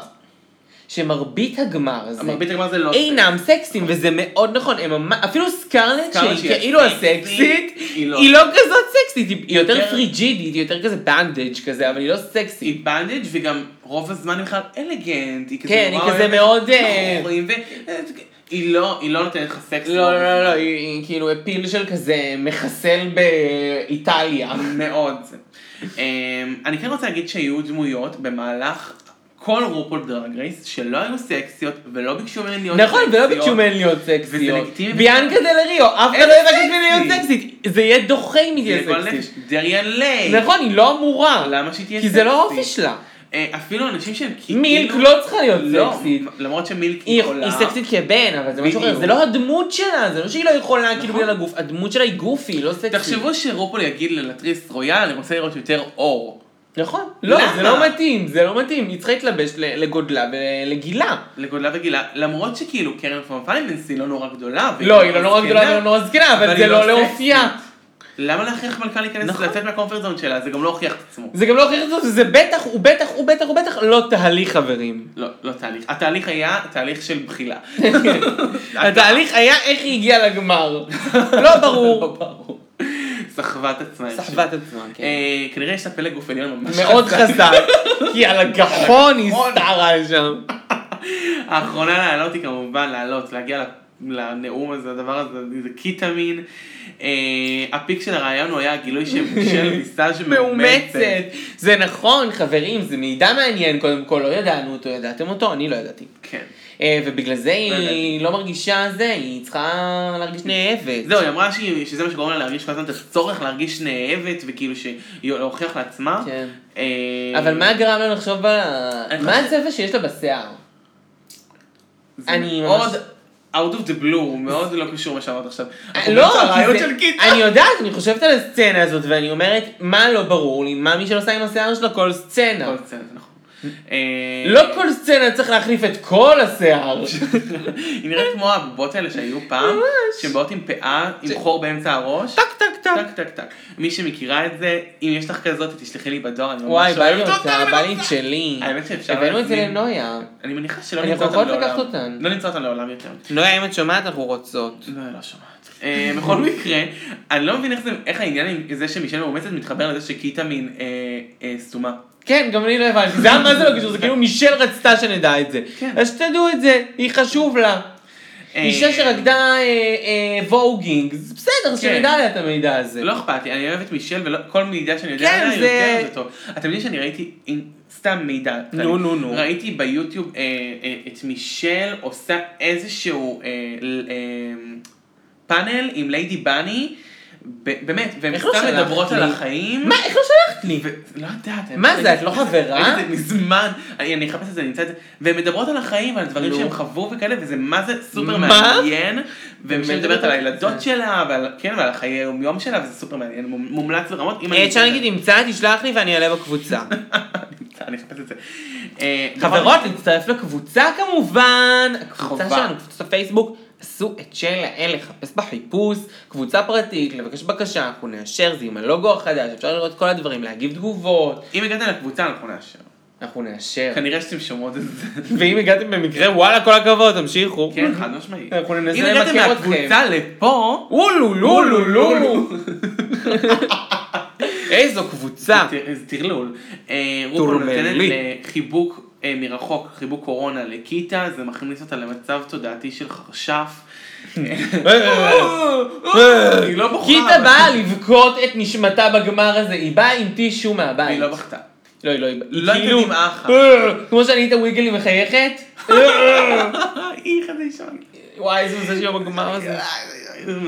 שמרבית הגמר הזה, מרבית הגמר זה לא אינם סקסים, וזה מאוד נכון, הם ממש, אפילו סקרלט סקרלט שהיא שהיא כאילו הסקסית, הסקסית, היא לא. היא לא כזאת סקסית, היא היא יותר יותר- פריג'ידית, היא יותר כזה בנדג' כזה, אבל היא לא סקסית. היא בנדג' וגם רוב הזמן היא בכלל אלגנט, היא כזה כן, נורא היא כזה אוהבת מאוד, אה, בחורים, ו- היא לא, היא לא נותנת לך סקס. לא, לא, לא, לא, היא היא כאילו הפיל של כזה מחסל באיטליה. מאוד. אמ, אני כן רוצה להגיד שהיו דמויות במהלך כל רופול דרג רייס שלא היו סקסיות ולא ביקשו מהן להיות נכון, סקסיות. ולא ביקשו מהן להיות סקסיות. לגיטימי. ביאנקה דלריו, אף אחד אין לא יבקש ממנה סקסית. להיות סקסית. זה יהיה דוחה אם היא זה גולדן תהיה סקסית. דריאן ליי. נכון, היא לא אמורה. למה שהיא תהיה כי סקסית? זה לא האופי שלה. אה, אפילו אנשים שהם כאילו... מילק לא צריכה להיות לא, סקסית. למרות שמילק היא, יכולה. היא סקסית כבן, אבל זה משהו אחר, בדיוק. זה לא הדמות שלה, זה לא שהיא לא יכולה, כאילו נכון. בגלל הגוף, הדמות שלה היא גופי, היא לא סקסית. תחשבו שרופול יגיד ללטריס רויאל, אני רוצה לראות יותר אור. נכון. לא, למה? זה לא מתאים, זה לא מתאים, היא צריכה להתלבש ל- לגודלה ולגילה. לגודלה וגילה, למרות שכאילו קרן פון פייננס היא לא נורא גדולה. והיא לא, היא לא נורא זקנה, גדולה, היא לא נורא זקנה, אבל אבל זה היא לא לא לאופייה. למה להכריח מלכה להיכנס, נכון. לצאת מהקומפרט זון שלה? זה גם לא הוכיח את עצמו. זה גם לא הוכיח את זה, זה בטח, הוא בטח, הוא בטח, הוא בטח לא תהליך חברים. לא, לא תהליך. התהליך היה תהליך של בחילה. התהליך היה איך היא הגיעה לגמר. לא ברור. סחבת עצמה. סחבת עצמה, כן. אה, כנראה יש לה פלג גוף עליון ממש מאוד חזק, כי על הגחון היא הסתערה שם. האחרונה לעלות היא כמובן לעלות, להגיע לנאום הזה, הדבר הזה, זה קיטמין. אה, הפיק של הרעיון הוא היה הגילוי שמושל מסאז' מאומצת. מאומצת. זה נכון, חברים, זה מידע מעניין, קודם כל, לא ידענו אותו, ידעתם אותו? אני לא ידעתי. כן. אה, ובגלל זה ידעתי. לא. היא לא מרגישה זה, היא צריכה להרגיש נאהבת. זהו, היא אמרה שהיא- שזה מה שגורם לה להרגיש כל הזמן את הצורך להרגיש נאהבת, וכאילו שהיא להוכיח לעצמה. כן. אה, אבל מה גרם לה לחשוב על... אני מה חושב- הצבע שיש לה בשיער? זה אני מאוד... ממש- Out of the blue, הוא מאוד לא קשור מה שאמרת עכשיו. אנחנו לא, באמצע הרעיון כי זה- של קיטה. אני לא יודעת, אני חושבת על הסצנה הזאת ואני אומרת, מה לא ברור לי, מה מי שלא עושה עם השיער שלה כל סצנה. כל סצנה, נכון. אה, לא כל סצנה צריך להחליף את כל השיער. היא נראית כמו הבובות האלה שהיו פעם, ממש. שהן באות עם פאה, עם ש- חור באמצע הראש. טק טק טק. טק טק טק. מי שמכירה את זה, אם יש לך כזאת, תשלחי לי בדואר, אני ממש וואי, בא לי אוהבת אותה, אני בא לי רוצה. את שלי. האמת שאפשר הבאנו את זה להזמין. לנויה. אני מניחה שלא אנחנו נמצא אותן לעולם. יכולות לקחת אותן. לא נמצא אותן לעולם יותר. נויה, אם את שומעת, אנחנו רוצות. לא, היא לא שומעת. אה, בכל מקרה, אני לא מבין איך זה- איך העניין עם זה שמישל מאומצת מתחבר לזה שקיטמין אה, אה, סתומה. כן, גם אני לא הבנתי. זה היה מה זה לא קשור, זה כאילו מישל רצתה שנדע את זה. כן. אז שתדעו את זה, היא חשוב לה. אה, אישה שרקדה אה, אה, ווגינג, זה בסדר, שנדע עליה את המידע הזה. כן. לא אכפת לי, אני אוהבת מישל וכל מידע שאני יודע כן, עליה זה- יותר זה טוב. אתם יודעים שאני ראיתי אין- סתם מידע. נו, נו, נו. ראיתי ביוטיוב אה, אה, את מישל עושה איזשהו אה, ל- אה, פאנל עם ליידי בני, ב- באמת, והן איך לא סתם שלחת מדברות על לי? החיים. מה, איך לא שלחת לי? ו- לא יודעת. מה אני- זה, את לא חברה? ראיתי את זה מזמן, אני אני אחפש את זה, אני אמצא את זה. והן מדברות על החיים ועל דברים נו. שהם חוו וכאלה, וזה מה זה סופר מה? מעניין. והיא ומישל מדברת על מדברת על הילדות זה. שלה, ועל- כן, ועל החיי היום-יום שלה, וזה סופר מעניין, מומ- מומלץ ברמות. אם אה, אני- אפשר להגיד, תמצא, תשלח לי ואני אעלה בקבוצה. אני אחפש את זה. אה, חברות, להצטרף לקבוצה כמובן. הקבוצה חובה. שלנו, קבוצת הפייסבוק, עשו את שלהן לחפש בחיפוש, קבוצה פרטית, לבקש בקשה, אנחנו נאשר, זה עם הלוגו החדש, אפשר לראות כל הדברים, להגיב תגובות, אם הגעתם לקבוצה, אנחנו נאשר. אנחנו נאשר. כנראה שאתם שומעות את זה. ואם הגעתם במקרה, וואלה, כל הכבוד, תמשיכו. כן, חד משמעי. אנחנו ננסה אם הגעתם למכר אתכם. מהקבוצה לפה, אולו, לולו, לולו. איזו קבוצה. טר- איזה טרלול. אה, רופול נותנת טורמלי. לחיבוק אה, מרחוק, חיבוק קורונה לקיטה, זה מכניס אותה למצב תודעתי של חרשף. היא לא בוכה. קיטה באה לבכות את נשמתה בגמר הזה, היא באה עם טישו מהבית. היא לא בכתה. לא, היא לא, היא לא הייתה כאילו- דמעה אחת. אה, כמו שאני את הוויגלי מחייכת. אה, היא חדשה. וואי, איזה מזה שהיא בגמר הזה.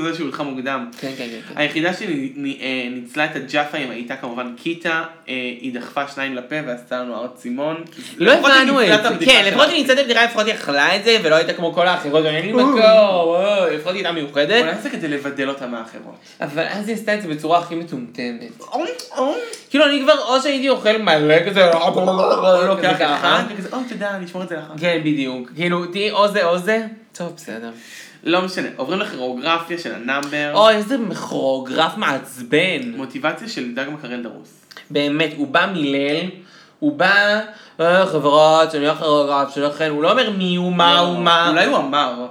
זה שהוא הולכה מוקדם. כן, כן, כן, כן. היחידה שניצלה את הג'אפה עם הייתה כמובן קיטה, אה, היא דחפה שניים לפה ועשתה לנו הר צימון. לא לפחות היא הבנו את ניצלה זה. הבדיחה כן, לפחות שלה. היא ניצלת בדירה, לפחות היא אכלה את זה, ולא הייתה כמו כל האחרות, גם אין לי מקור, אה, לפחות היא הייתה מיוחדת. אולי זה כדי לבדל אותה מהאחרות. אבל אז היא עשתה את זה בצורה הכי מטומטמת. כאילו, אני כבר, או שהייתי אוכל מלא כזה, לא הוא לוקח כזה אחד, ככה. וכזה, אוי, תודה, נשמור את זה לאחר. כן, בדיוק. כאילו, תהיי או זה או זה, טוב, בסדר. לא משנה, עוברים לכירוגרפיה של הנאמבר, אוי, איזה מכרוגרף מעצבן. מוטיבציה של דג מקרל דרוס. באמת, הוא בא מליל, הוא בא, אה, חברות, שאני הולך לרב שלכם, הוא לא אומר מי הוא, מה הוא, מה. לא, אולי הוא אמר,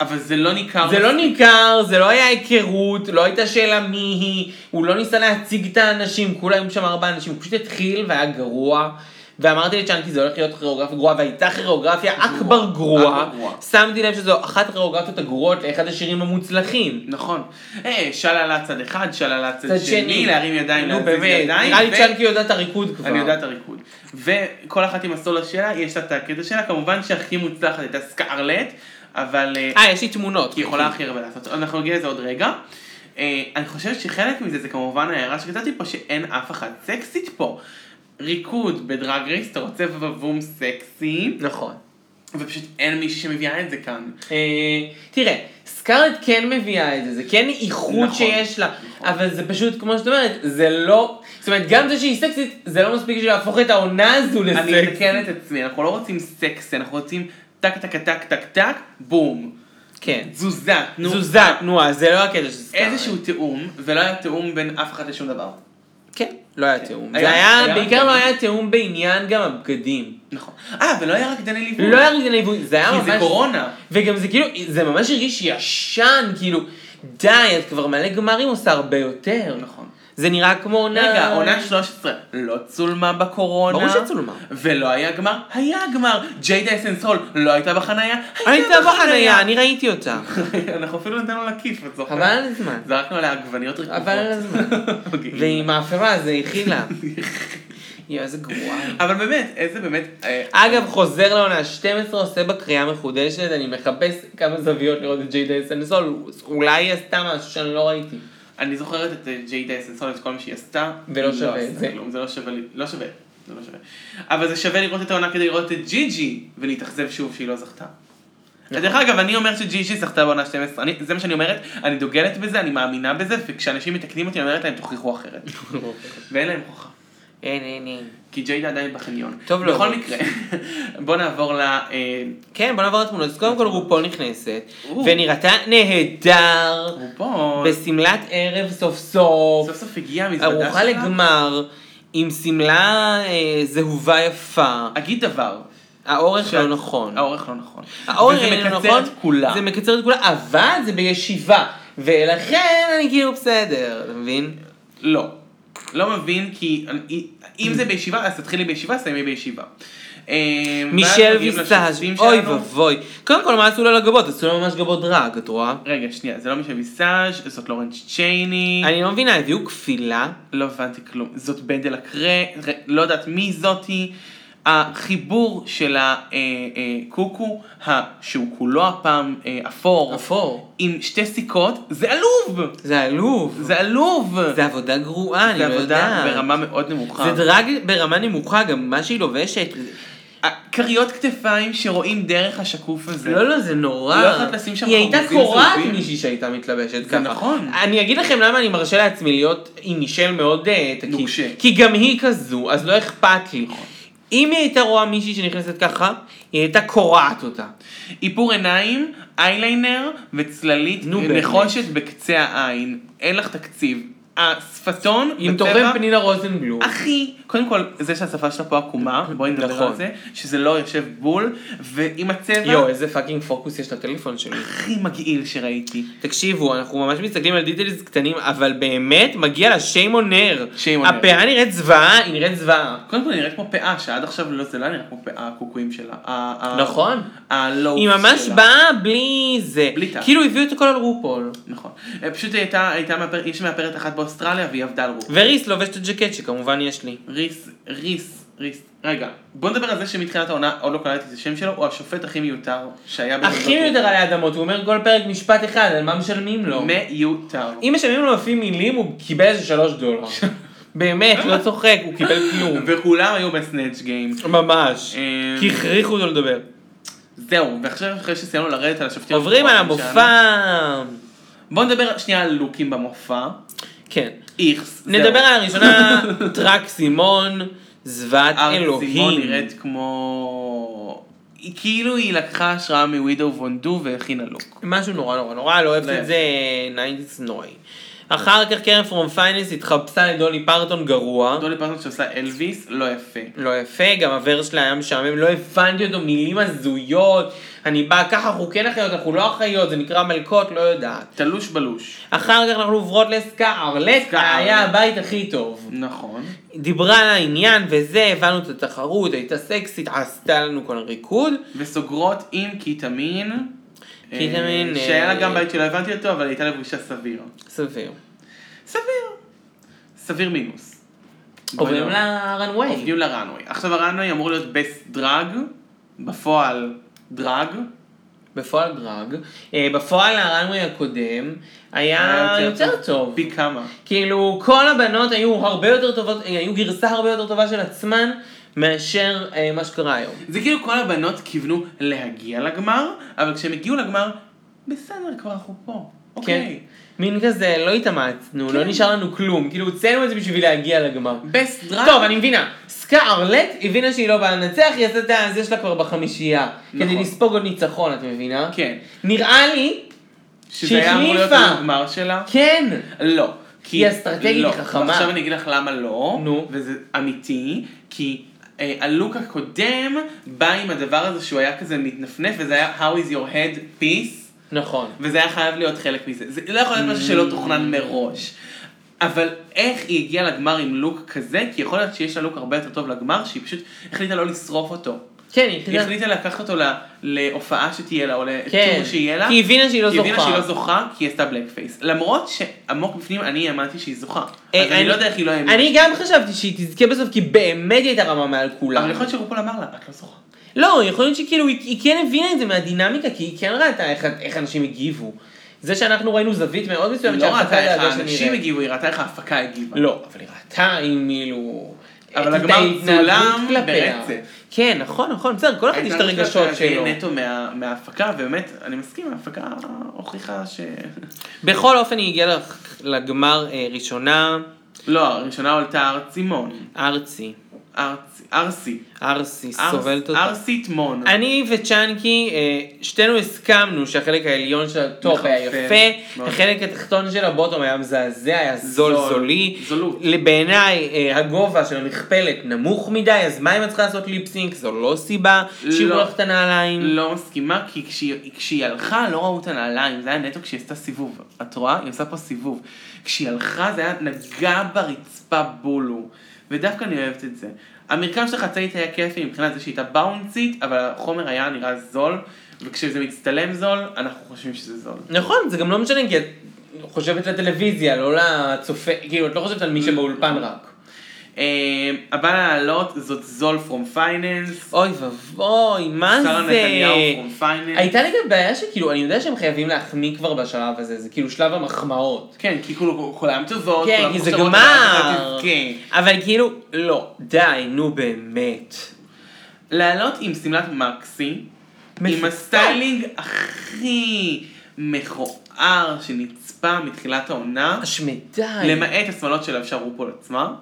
אבל זה לא ניכר. זה לא מספיק. ניכר, זה לא היה היכרות, לא הייתה שאלה מי היא, הוא לא ניסה להציג את האנשים, כולה היו שם ארבע אנשים, הוא פשוט התחיל והיה גרוע. ואמרתי לצ'אנקי זה הולך להיות כירוגרפיה גרועה, והייתה כירוגרפיה אכבר גרועה. אכבר גרועה. שמתי לב שזו אחת הכירוגרפיות הגרועות לאחד השירים המוצלחים. נכון. אה, שלל צד אחד, שלל צד צד שני, שני. להרים ידיים, נו להזיז באמת, ידיים. נראה לי ו- צ'אנקי יודע את הריקוד כבר. אני יודע את הריקוד. וכל אחת עם הסולו שלה, יש לה את הקטע שלה, כמובן שהכי מוצלחת הייתה סקארלט, אבל אה, אה, יש לי תמונות. כי היא יכולה הכי הרבה לעשות. אנחנו נגיע לזה עוד רגע. אה, אני חושבת שחלק מזה זה כמובן ההערה שכתבתי פה, שאין אף אחת סקסית פה. ריקוד בדרג רייס, אתה רוצה ובום סקסי, נכון. ופשוט אין מישהי שמביאה את זה כאן. אה, תראה, סקארלט כן מביאה את זה, זה כן איחוד נכון, שיש לה, נכון. אבל זה פשוט, כמו שאת אומרת, זה לא, זאת אומרת, גם זה שהיא סקסית, זה לא מספיק בשביל להפוך את העונה הזו אני לסקסית. אתקן את עצמי, אנחנו לא רוצים סקסי, אנחנו רוצים טק טק טק טק טק, בום. כן. תזוזה, תנו תזוזה, תנועה, זה לא הקטע של סקארלט. איזשהו תיאום, ולא היה תיאום בין אף אחד לשום דבר. כן, לא היה תיאום. היה- זה היה, היה בעיקר תיאום. לא היה תיאום בעניין גם הבגדים. נכון. אה, ולא היה רק דני ליווי. לא היה רגע ליווי, זה היה כי ממש... זה קורונה. וגם זה כאילו, זה ממש הרגיש ישן, כאילו, די, את כבר מלא גמרים עושה הרבה יותר. נכון. זה נראה כמו עונה... רגע, עונה 13 לא צולמה בקורונה. אה, ברור שצולמה. ולא היה גמר, היה גמר. ג'יידה אסנס הול לא הייתה בחנייה, הייתה בחניה, אני ראיתי אותה. אנחנו אפילו נתנו לה כיף, את זוכרת? חבל על הזמן. זרקנו עליה עגבניות רקובות. חבל על הזמן. מגעיל. ועם האפרה הזו הכילה. יואו, איזה גרועה. אבל באמת, איזה באמת... אה, אגב, חוזר לעונה 12, עושה בה קריאה מחודשת, אני מחפש כמה זוויות לראות את ג'יי דייסנסול, אולי היא עשתה משהו שאני לא ראיתי. אני זוכרת את אה, ג'יידה אסנסול, את כל מה שהיא עשתה. ולא היא שווה את עשתה זה. כלום, זה לא שווה, לי- לא שווה. זה לא שווה. אבל זה שווה לראות את העונה כדי לראות את ג'יג'י, ולהתאכזב שוב שהיא לא זכתה. נכון. דרך אגב, אני אומר שג'יג'י זכתה בעונה 12, אני, זה מה שאני אומרת, אני דוגלת בזה, אני מאמינה בזה, וכשאנשים מתקנים אותי, אני אומרת להם, תוכיחו אחרת. ואין להם הוכחה. אין, אין, אין. כי ג'יידה עדיין בחניון. טוב, לא. בכל מקרה, בוא נעבור ל... אה, כן, בוא נעבור לתמונות. אז קודם כל רופול נכנסת, או. ונראתה נהדר, רובון. בשמלת ערב סוף נכון. סוף, סוף סוף הגיעה המזוודה שלה. ארוחה לגמר, עם שמלה אה, זהובה יפה. אגיד דבר. האורך שאת- לא נכון. האורך לא נכון. האורך וזה לא מקצר נכון. את כולם. זה מקצר את כולה, אבל זה בישיבה. ולכן אני כאילו בסדר, אתה מבין? לא. לא מבין, כי אני- אם Mm. זה בישיבה, אז תתחילי בישיבה, סיימי בישיבה. אה, ואז מישל מגיעים ויסאז', לשופטים אוי שלנו. ואבוי. קודם כל, מה עשו לו לגבות? עשו לו ממש גבות דרג, את רואה? רגע, שנייה, זה לא מישל ויסאז', זאת לורנס צ'ייני. אני לא מבינה, הביאו כפילה? לא הבנתי כלום. זאת בנדל הקרה, ר- לא יודעת מי זאתי. החיבור של אה, הקוקו, שהוא כולו הפעם אה, אפור, אפור. עם שתי סיכות, זה עלוב! זה עלוב. זה עלוב! זה עבודה גרועה, אני זה לא עבודה יודעת. ברמה מאוד נמוכה. זה דרג ברמה נמוכה, גם מה שהיא לובשת. כריות כתפיים שרואים דרך השקוף הזה. לא, לא, זה נורא. לא יכולת לשים שם היא הייתה חרוזים קורעת זהובים? מישהי שהייתה מתלבשת זה ככה. נכון. אני אגיד לכם למה אני מרשה לעצמי להיות עם מישל מאוד אה, תקין. נוקשה. כי גם היא כזו, אז לא אכפת לי. אם היא הייתה רואה מישהי שנכנסת ככה, היא הייתה קורעת אותה. איפור עיניים, אייליינר וצללית נו, באמת. נחושת בקצה העין. אין לך תקציב. השפתון אם בצבע- תורם פנינה רוזנבלום. אחי, קודם כל, זה שהשפה שלה פה עקומה, בואי נדבר נכון. על זה, שזה לא יושב בול, ועם הצבע יואו, איזה פאקינג פוקוס יש לטלפון שלי. הכי מגעיל שראיתי. תקשיבו, אנחנו ממש מסתכלים על דיטלס קטנים, אבל באמת מגיע לה שיימון נר. שיימון נר. הפאה נראית זוועה, היא נראית זוועה. קודם כל, היא נראית כמו פאה, שעד עכשיו לא, זה לא נראה כמו פאה, הקוקויים שלה. ה- ה- נכון. הלואו היא ממש שלה. באה בלי זה. בלי טעם. כאילו הביאו את הכל על רופול. נכון. אה, פשוט היא הייתה, הייתה מאפר, יש מאפרת אחת באוסטרליה והיא עבדה על רוב. וריס לובש את הג'קט שכמובן יש לי. ריס, ריס, ריס. רגע, בוא נדבר על זה שמתחילת העונה עוד לא קלטתי את השם שלו, הוא השופט הכי מיותר שהיה בוועדות הכי מיותר עלי אדמות, הוא אומר כל פרק משפט אחד, על מה משלמים לו. רוב. מיותר. אם משלמים לו לפי מילים, הוא קיבל איזה שלוש דולר. אה. באמת, לא צוחק, הוא קיבל כלום. וכולם היו בסנאצ' גיים. ממש. אה, כי הכריחו אותו לדבר. זהו, ועכשיו אחרי שסיימנו לרדת על השופטים. עוברים על המקוריים המופע. שלנו, בוא נדבר שנייה על לוקים במופע. כן. איכס. זהו. נדבר על הראשונה, טרק סימון, זוועת ארץ סימון אלוהים. נראית כמו... היא כאילו היא לקחה השראה מווידו וונדו והכינה לוק. משהו נורא נורא נורא, לא אוהבת לא את זה, ניינדס נוי. אחר כך קרן פרום פייננס התחפשה לדולי פרטון גרוע. דולי פרטון שעושה אלוויס, לא יפה. לא יפה, גם הוורס שלה היה משעמם, לא הבנתי אותו, מילים הזויות. אני באה ככה, אנחנו כן אחיות, אנחנו לא אחיות, זה נקרא מלקות, לא יודעת. תלוש בלוש. אחר כך אנחנו עוברות לסקאר, לסקאר סקאר. היה הבית הכי טוב. נכון. דיברה על העניין וזה, הבנו את התחרות, הייתה סקסית, עשתה לנו כל ריקוד. וסוגרות עם קיטמין. קיטמין, אה, שהיה לה אה, גם בית שלא הבנתי אותו, אבל הייתה לבושה סביר. סביר. סביר. סביר מינוס. עוברים בואי נראה. לרנוויי. עובדים לראנוי. עכשיו הראנוי אמור להיות בסט דרג, בפועל דרג. בפועל דרג. אה, בפועל הרנוויי הקודם היה היה אה, יותר אה, יותר טוב. פי כמה. כאילו כל הבנות היו הרבה יותר טובות, אה, היו גרסה הרבה יותר טובה של עצמן מאשר אה, מה שקרה היום. זה כאילו כל הבנות כיוונו להגיע לגמר, אבל כשהם הגיעו לגמר, בסדר, כבר אנחנו פה. כן. אוקיי. כן. מין כזה, לא התאמצנו, לא נשאר לנו כלום. כאילו הוצאנו את זה בשביל להגיע לגמר. בסט דרג. טוב, אני מבינה. סקארלט הבינה שהיא לא באה לנצח, היא עשתה את ה- זה שלה כבר בחמישייה. נכון. כדי לספוג עוד ניצחון, את מבינה? כן. נראה לי, שזה היה אמור להיות שהחליפה. הגמר שלה. כן. לא. כי... היא אסטרטגית, לא. היא חכמה. עכשיו אני אגיד לך למה לא, נו. וזה אמיתי, כי אה, הלוק הקודם בא עם הדבר הזה שהוא היה כזה מתנפנף, וזה היה How is your head peace, נכון. וזה היה חייב להיות חלק מזה. זה לא יכול להיות משהו Mm. שלא תוכנן מראש. אבל איך היא הגיעה לגמר עם לוק כזה? כי יכול להיות שיש לה לוק הרבה יותר טוב לגמר, שהיא פשוט החליטה לא לשרוף אותו. כן, היא היא החליטה... החליטה לקחת אותו לה- להופעה שתהיה לה, או כן. לטור שיהיה לה. כי היא הבינה שהיא לא כי הבינה שהיא לא זוכה. זוכה, כי היא עשתה בלק פייס. למרות שעמוק בפנים אני האמנתי שהיא זוכה. אה, אז אני אני- לא יודע איך היא לא האמינה. אני גם חשבתי שהיא תזכה בסוף, כי באמת היא הייתה רמה מעל אבל כולם. יכול להיות שרופול אמר לה, את לא זוכה. לא, יכול להיות שכאילו היא, היא כן הבינה את זה מהדינמיקה, כי היא כן ראתה איך, איך אנשים הגיבו. זה שאנחנו ראינו זווית מאוד מסוימת, היא לא שההפקה ראתה איך דאגה שנראה. האנשים הגיבו, היא ראתה איך ההפקה הגיבה. לא, אבל היא ראתה עם אילו... אבל את הגמר ההתנהגות צולם כלפיה. ברצף. כן, נכון, נכון, בסדר, כל אחד יש את ההתנהלות הרגשות שלה שלו. זה אה, נטו מה- מההפקה, ובאמת, אני מסכים, ההפקה הוכיחה ש... בכל אופן היא הגיעה לח- לגמר אה, ראשונה. לא, הראשונה הועלתה ארצימון. ארצי. ארצי, ארסי. ארסי, ארס- סובלת אותה. ארסיטמון. אני וצ'אנקי, אה, שתינו הסכמנו שהחלק העליון של הטופ היה מחרפן, יפה, נכון, כן, מאוד. החלק התחתון של הבוטום היה מזעזע, היה זול זול, זולי. זולות. בעיניי אה, הגובה של המכפלת נמוך מדי, אז מה אם את צריכה לעשות ליפסינק? זו לא סיבה. שירו לא. לך את הנעליים. לא מסכימה, כי כשהיא, כשהיא הלכה לא ראו את הנעליים, זה היה נטו כשהיא עשתה סיבוב. את רואה? היא עושה פה סיבוב. לא. כשהיא הלכה זה היה נגע ברצפה בולו. ודווקא אני אוהבת את זה. המרקם של החצאית היה כיפי מבחינת זה שהיא הייתה באונצית, אבל החומר היה נראה זול, וכשזה מצטלם זול, אנחנו חושבים שזה זול. נכון, זה גם לא משנה, כי את חושבת לטלוויזיה, לא לצופה, כאילו, את לא חושבת על מי שבאולפן רק. אה, הבא לעלות זאת זול פרום פייננס. אוי ואבוי, מה זה? שרה נתניהו פרום פייננס. הייתה לי גם בעיה שכאילו, אני יודע שהם חייבים להחמיא כבר בשלב הזה, זה כאילו שלב המחמאות. כן, כי כולו- כולם טובות, כן, כולם כי זה מוכשרות, אבל אתה גמר. תזכה. אבל כאילו, לא, די, נו באמת. לעלות עם שמלת מקסי, עם מפוצץ. הסטיילינג הכי מכוער שנצפה מתחילת העונה, השמדי. למעט השמלות שלבשה רופול עצמה,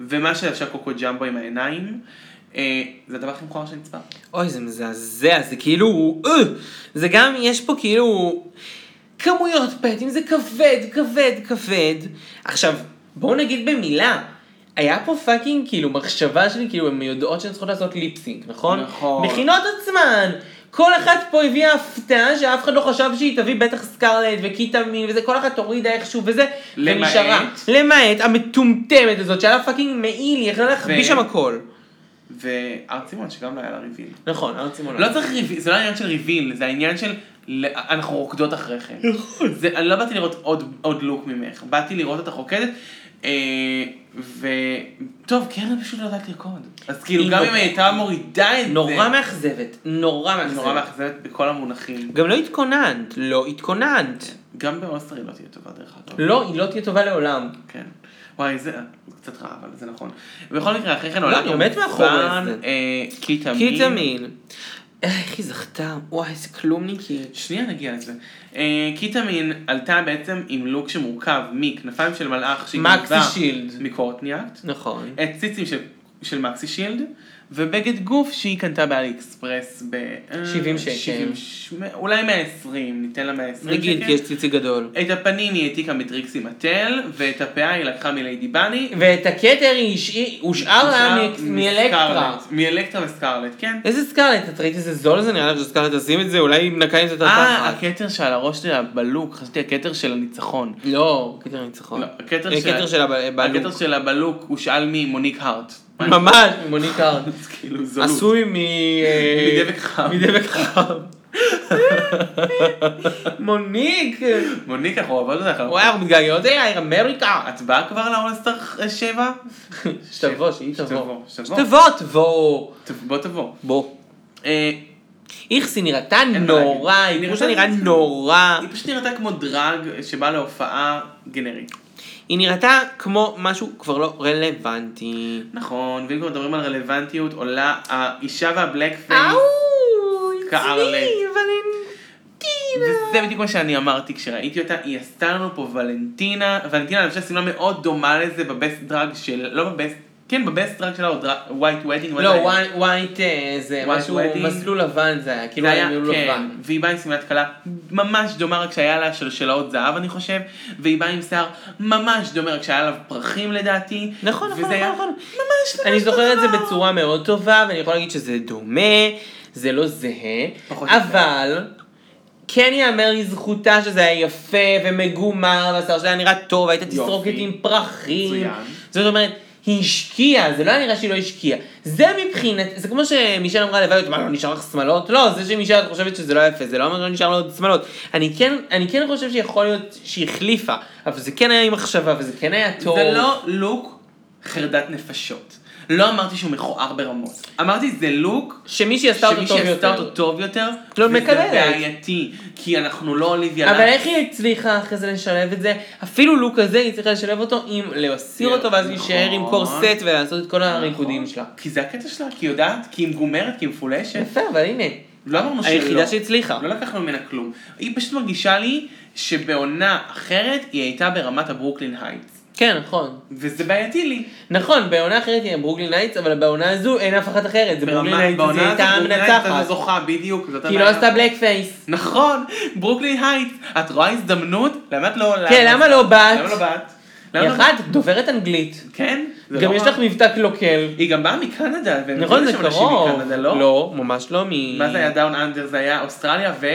ומה שלבשה קוקו ג'מבו עם העיניים, אה, זה הדבר הכי מכוער שנצפה. אוי, זה מזעזע, זה כאילו, אה, זה גם, יש פה כאילו כמויות פטים, זה כבד, כבד, כבד. עכשיו, בואו נגיד במילה, היה פה פאקינג כאילו מחשבה שלי, כאילו הן יודעות שהן צריכות לעשות ליפסינק, נכון? נכון. מכינות עצמן. כל אחת פה הביאה הפתעה שאף אחד לא חשב שהיא תביא בטח סקרלט וקיטמין וזה, כל אחת הורידה איכשהו וזה, למעט? ונשארה. למעט המטומטמת הזאת שהיה לה פאקינג מעיל, היא יכלה להחביא ו- שם הכל. והר צימון שגם לא היה לה ריביל. נכון, הר צימון. לא צריך ריביל, זה לא העניין של ריביל, זה העניין של ל- אנחנו רוקדות אחריכם. נכון. זה- אני לא באתי לראות עוד- עוד לוק ממך, באתי לראות אותך רוקדת. אה, ו... טוב, קרן פשוט לא יודעת לרקוד. אז כאילו, היא גם נורא- אם היא הייתה מורידה את זה... נורא מאכזבת, נורא מאכזבת. נורא מאכזבת בכל המונחים. גם לא התכוננת, לא התכוננת. גם באוסטר היא לא תהיה טובה דרך אגב. לא, היא לא תהיה טובה לעולם. כן. וואי, זה זה קצת רע, אבל זה נכון. בכל מקרה, אחרי כן לא, עולה אני עומד מאחורי כמובן, זה. אה, קיטמין. קיטמין. איך היא זכתה, וואי, איזה כלומניקית. שנייה נגיע לזה. אה, קיטמין עלתה בעצם עם לוק שמורכב מכנפיים של מלאך שהיא מקסי גנבה שילד. מקורטניאקט, נכון. את ציצים של, של מקסי שילד, ובגד גוף שהיא קנתה באלי אקספרס ב... אה, 70 שקל. 70 ש- אולי 120, ניתן לה 120 נגיד, שקל. כי יש ציצי גדול. את הפנים היא העתיקה מטריקסי מטל, ואת הפאה היא לקחה מליידי בני. ואת הכתר היא השאי- הושאר לה מ- מאלקטרה. מסקרלט. מאלקטרה וסקרלט, כן. איזה סקרלט, את ראית איזה זול זה נראה לך שסקרלט תשים את זה, אולי היא נקעה עם זה את אה, התחת. הכתר שעל הראש שלה בלוק, חשבתי הכתר של הניצחון. לא, כתר ניצחון. לא, הכתר אה, שלה- כתר שלה ב- הכתר בלוק. שלה בלוק הושאל ממוניק הארט. ממש, מוניק הארד. אז כאילו זולות. עשוי מ... אה, מדבק חם. מדבק חם. מוניק! מוניק, אנחנו אוהבות אותך. אנחנו- וואי, אנחנו מתגעגעות אלייך, אמריקה! את באה כבר לאולסטר 7? שתבוא, שהיא תבוא. שתבוא, שתבוא. שתבוא, תבוא. בוא תבוא. בוא. אה, איכס, היא נראתה מה נורא, להגיד. היא היא כמו שנראה נראתה- נורא. היא פשוט נראתה כמו דרג שבא להופעה גנרית. היא נראתה כמו משהו כבר לא רלוונטי. נכון, ואם כבר מדברים על רלוונטיות, עולה האישה והבלק פייס. אאו! סקרלט. אצלי, ולנטינה. וזה בדיוק מה שאני אמרתי כשראיתי אותה, היא עשתה לנו פה ולנטינה, ולנטינה לבשה שמלה מאוד דומה לזה בבסט דרג של, לא בבסט, כן בבסט דרג שלה, או ווייט וודינג, לא, ווי- וייט אה, זה White משהו, wedding. מסלול לבן זה היה, כאילו זה היה, היה מסלול כן, לבן. והיא באה עם שמלת כלה ממש דומה רק שהיה לה שלשלאות זהב אני חושב, והיא באה עם שיער ממש דומה רק שהיה עליו פרחים לדעתי. נכון, נכון, וזה היה נכון, נכון. ממש ממש אני זוכר את זה אותו דבר. בצורה מאוד טובה, ואני יכול להגיד שזה דומה, זה לא זהה, פחות אבל כן ייאמר לזכותה שזה היה יפה ומגומר, והשיער שלה היה נראה טוב, הייתה יופי. תסרוקת עם פרחים. מצוין. זאת אומרת, היא השקיעה, זה לא היה נראה שהיא לא השקיעה. זה מבחינת, זה כמו שמישל אמרה לוואי, מה, לא נשאר לך שמלות? לא, זה שמישל את חושבת שזה לא יפה, זה לא אומר שלא נשאר לה עוד שמלות. אני כן, אני כן חושב שיכול להיות שהיא החליפה, אבל זה כן היה עם מחשבה, וזה כן היה טוב. זה לא לוק חרדת נפשות. לא אמרתי שהוא מכוער ברמות. אמרתי זה לוק שמישהי עשתה אותו טוב שמי שעשתה יותר. אותו טוב יותר, לא וזה מקבלת. בעייתי, כי אנחנו לא אוליביה אבל לאק. איך היא הצליחה אחרי זה לשלב את זה? אפילו לוק הזה היא צריכה לשלב אותו עם להסיר אותו ואז להישאר עם נכון. קורסט ולעשות את כל הריקודים שלה. כי זה הקטע שלה, כי היא יודעת, כי היא מגומרת, כי היא מפולשת. יפה, אבל הנה, לא אמרנו שלא. היחידה שהצליחה. לא לקחנו ממנה כלום. היא פשוט מרגישה לי שבעונה אחרת היא הייתה ברמת הברוקלין הייטס. כן, נכון. וזה בעייתי לי. נכון, בעונה אחרת היא הברוקלין נייטס, אבל בעונה הזו אין אף אחת אחרת. זה ברוקלין נייטס, היא הייתה ברוקלין הייטס הייתה המנצחת. זוכה בדיוק. זאת כי היא לא הבעיה. עשתה בלק פייס. נכון, ברוקלין הייטס, את רואה הזדמנות? למה את לא... כן, למה לא באת? למה לא באת? היא למה לא- אחת דוברת אנגלית. כן? זה גם לא יש רע. לך מבטא קלוקל. היא גם באה מקנדה, והם נכון, הביאו זה לשם אנשים קרוב. מקנדה, לא? לא, ממש לא. מ- מה זה היה דאון אנדר? זה היה אוסטרליה ו...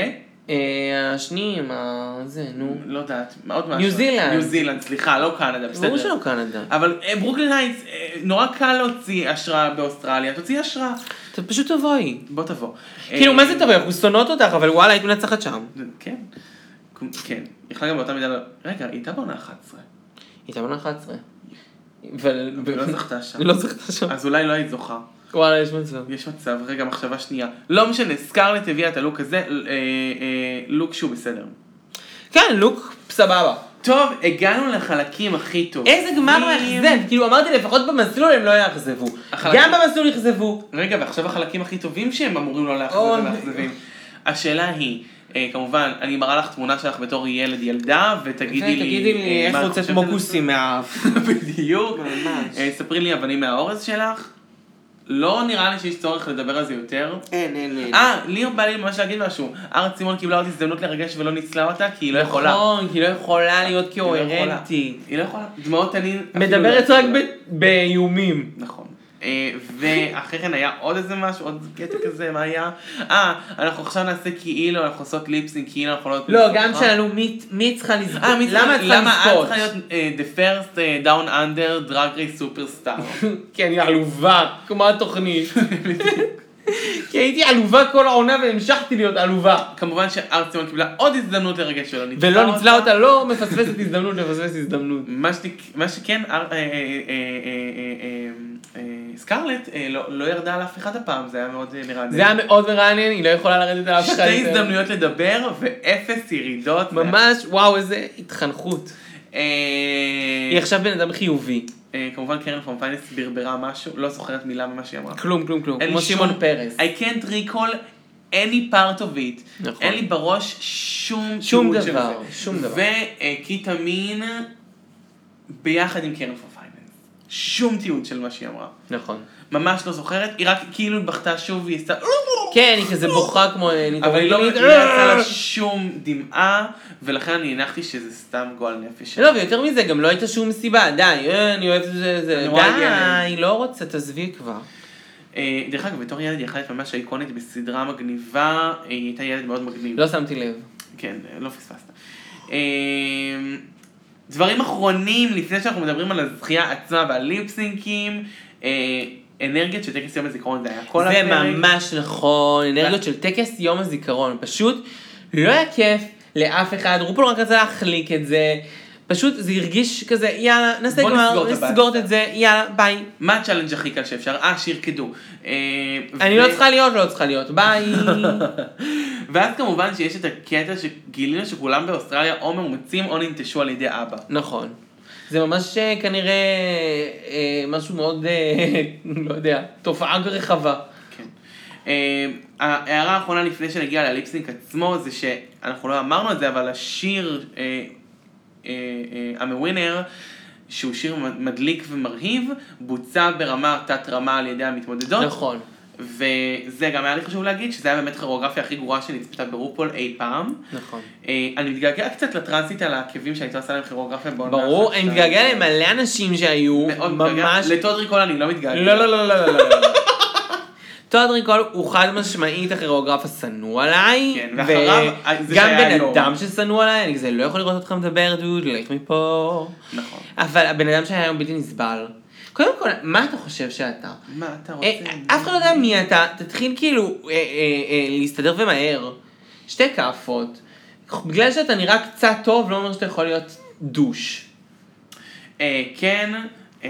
אה, השניים, ה- זה, נו. לא יודעת, מה עוד משהו? ניו זילנד. ניו זילנד, סליחה, לא קנדה, ברור שלא בסדר. קנדה. אבל אה, ברוקלין הייטס, אה, נורא קל להוציא אשרה באוסטרליה, תוציאי אשרה. אתה פשוט תבואי. בוא תבוא. כאילו, אה, מה זה תבואי? אנחנו שונאות אותך, אבל וואלה, היית מנצחת שם. כן. כן. יכלה גם באותה מידה... לא- רגע, היא הייתה בעונה 11. היא הייתה בן 11. אבל... לא זכתה שם. לא זכתה שם. אז אולי לא היית זוכה. וואלה, יש מצב. יש מצב, רגע, מחשבה שנייה. לא משנה, סקארלט הביאה את הלוק הזה, אה, אה, לוק שהוא בסדר. כן, לוק סבבה. טוב, הגענו לחלקים הכי טובים. איזה גמר מאכזב, כאילו אמרתי לפחות במסלול הם לא יאכזבו. החלקים- גם במסלול אכזבו. רגע, ועכשיו החלקים הכי טובים שהם אמורים לא לאכזב אוי. ומאכזבים. השאלה היא, אה, כמובן, אני מראה לך תמונה שלך בתור ילד ילדה, ותגידי לי... כן, תגידי אה, לי איך מה את יוצאת חושבת כמו על זה? כוסי מהאף. בדיוק. ממש. אה, ספרי לי אבנים מהאורז שלך. לא נראה לי שיש צורך לדבר על זה יותר. אין, אין, אין. אה, לי בא לי ממש להגיד משהו. ארץ סימון קיבלה עוד הזדמנות לרגש ולא ניצלה אותה, כי היא לא יכולה. נכון, כי לא יכולה להיות היא לא יכולה. קוהרנטית. היא לא יכולה. דמעות תנין. אפילו מדברת לא רק יכולה. ב- באיומים. נכון. אה, ואחרי כן היה עוד איזה משהו, עוד קטע כזה, מה היה? אה, אנחנו עכשיו נעשה כאילו, אנחנו עושות ליפסינג, כאילו אנחנו לא... יודעות לא, לזכות, גם אה? שאלו מי- מי צריכה לזכות. אה, מי צריכה- למה את למה צריכה את צריכה להיות לזכות? אה, the first אה, down under drag race superstar? כן, היא עלובה, כמו התוכנית. כי הייתי עלובה כל העונה והמשכתי להיות עלובה. כמובן שארציון קיבלה עוד הזדמנות לרגש שלא ניצלה ולא ניצלה אותה, לא מפספסת הזדמנות לפספס הזדמנות. מה שת- מה שכן, אה, אה, אה, אה, אה, אה, אה, סקרלט אה, לא לא ירדה על אף אחד הפעם, זה היה מאוד אה, מרענן. זה היה מאוד מרענן, היא לא יכולה לרדת על אף אחד. שתי יותר. הזדמנויות לדבר ואפס ירידות. ממש, וואו, איזה התחנכות. אה, היא עכשיו בן אדם חיובי. אה, כמובן קרן פון פיינס ברברה משהו, לא זוכרת מילה ממה שהיא אמרה. כלום, כלום, כלום. אין לי כמו שום- אה, שמעון פרס. I can't recall any part of it. נכון. אין לי בראש שום שום תיעוד של דבר, זה. שום דבר. וקיטה מין ביחד עם קרן פון פיינס. שום תיעוד של מה שהיא אמרה. נכון. ממש לא זוכרת, היא רק כאילו בכתה שוב, היא עשתה... כן, היא כזה בוכה כמו... אה, אבל היא לא ניטור- היא לא יצאה אה! לה שום דמעה, ולכן אני הנחתי שזה סתם גועל נפש. שלה. לא, ויותר מזה, גם לא הייתה שום סיבה, די, אה, אני אוהבת את זה, זה, נורא הגיע די, לא רוצה, תעזבי כבר. אה, דרך אגב, בתור ילד היא יכלה להיות ממש איקונית בסדרה מגניבה, אה, היא הייתה ילד מאוד מגניב. לא שמתי לב. כן, לא פספסת. אמ, דברים אחרונים, לפני שאנחנו מדברים על הזכייה עצמה והליפסינקים, אה, אנרגיות של טקס יום הזיכרון, זה היה כל זה הפרק. ממש נכון, אנרגיות של טקס יום הזיכרון, פשוט לא היה כיף לאף אחד, רופול רק רצה להחליק את זה, פשוט זה הרגיש כזה, יאללה, נעשה בוא גמר, נסגור את הבאסה." נסגור את זה, יאללה, ביי. מה הצ'אלנג' הכי קל שאפשר? אה, שירקדו. אה, אני ו- לא צריכה להיות, לא צריכה להיות, ביי. ואז כמובן שיש את הקטע שגילינו שכולם באוסטרליה או מאומצים או ננטשו על ידי אבא. נכון. זה ממש אה, כנראה אה, משהו מאוד, אה, לא יודע, תופעה רחבה. כן. אה, ההערה האחרונה לפני שנגיע לליפסינק עצמו זה שאנחנו לא אמרנו את זה, אבל השיר אה, אה, אה, I'm a winner, שהוא שיר מדליק ומרהיב, בוצע ברמה תת-רמה על ידי המתמודדות. נכון. וזה גם היה לי חשוב להגיד, שזה היה באמת הכוריאוגרפיה הכי גרועה שנצפתה ברופול אי פעם. נכון. אה, אני מתגעגע קצת לטרנסית על העקבים שהייתה עושה להם כוריאוגרפיה בעונה ברור, אחת, אני שתיים. מתגעגע למלא אנשים שהיו, מאוד מתגעגע. ממש... לטוד ריקול אני לא מתגעגע. לא, לא, לא, לא, לא, לא. לא. טוד ריקול הוא חד משמעית הכירוגרף השנוא עליי, כן, ואחריו, זה וגם שהיה בן היום. אדם ששנוא עליי, אני כזה לא יכול לראות אותך מדבר, דוד, לך מפה. נכון. אבל הבן אדם שהיה היום בלתי נסבל. קודם כל, מה אתה חושב שאתה? מה אתה רוצה? אה, אף אחד לא יודע מי אתה, תתחיל כאילו אה, אה, אה, להסתדר ומהר. שתי כאפות. בגלל שאתה נראה קצת טוב, לא אומר שאתה יכול להיות דוש. אה, כן, אה,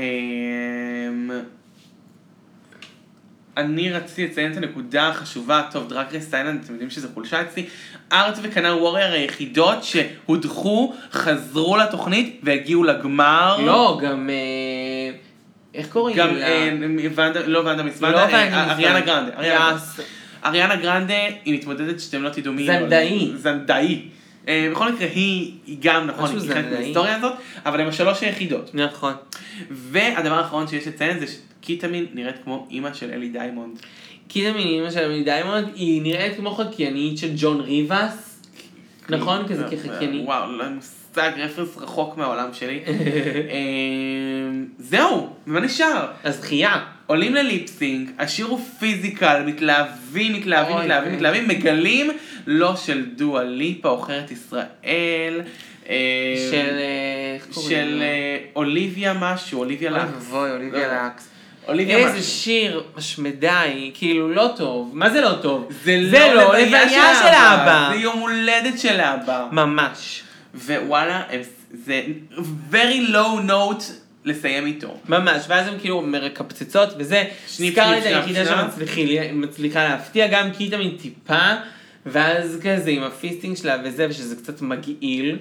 אני רציתי לציין את הנקודה החשובה, טוב, דרג רייס טיילנד, אתם יודעים שזה חולשה אצלי, ארט וקנר וורייר היחידות שהודחו, חזרו לתוכנית והגיעו לגמר. לא, גם... אה, איך קוראים גם לה? אה, ונדה, לא ונדה מיס לא ונדה, ונדה אה, מיס אריאנה ונדה. גרנדה. אריאנה יס. גרנדה. אריאנה גרנדה היא מתמודדת שאתם לא תדעו מי היא. זנדאי. זנדאי. אה, בכל מקרה, היא, היא גם, נכון, משהו היא חלק זנדאי. מההיסטוריה הזאת, אבל הן השלוש היחידות. נכון. והדבר האחרון שיש לציין זה שקיטמין נראית כמו אימא של אלי דיימונד. קידמין, אימא של אמילי דיימונד, היא נראית כמו חקיינית של ג'ון ריבס. נכון? כזה כחקיינית. כאילו, אה, וואו, לא מושג, רפרנס רחוק מהעולם שלי. אה, זהו, מה נשאר? אז דחייה. עולים לליפסינג, השיר הוא פיזיקל, מתלהבים, מתלהבים, אוי, מתלהבים, כן. מתלהבים, מגלים לא של דואה ליפה, עוכרת ישראל, אה, של... אה, איך קוראים של לה? אה, אוליביה משהו, אוליביה אוי לקס. ואבוי, אוליביה לא. לקס. אוליביה איזה משהו. שיר משמדי, כאילו לא טוב. מה זה לא טוב? לוויה של אבא. זה יום הולדת של אבא. ממש. ווואלה, הם- זה very low note לסיים איתו. ממש, ואז הם כאילו מקפצצות וזה. שניפ, סקארלט שניפ, היחידה שניפ, שניפ. שמצליחה להפתיע, גם כי היא תמיד טיפה, ואז כזה עם הפיסטינג שלה וזה, ושזה קצת מגעיל.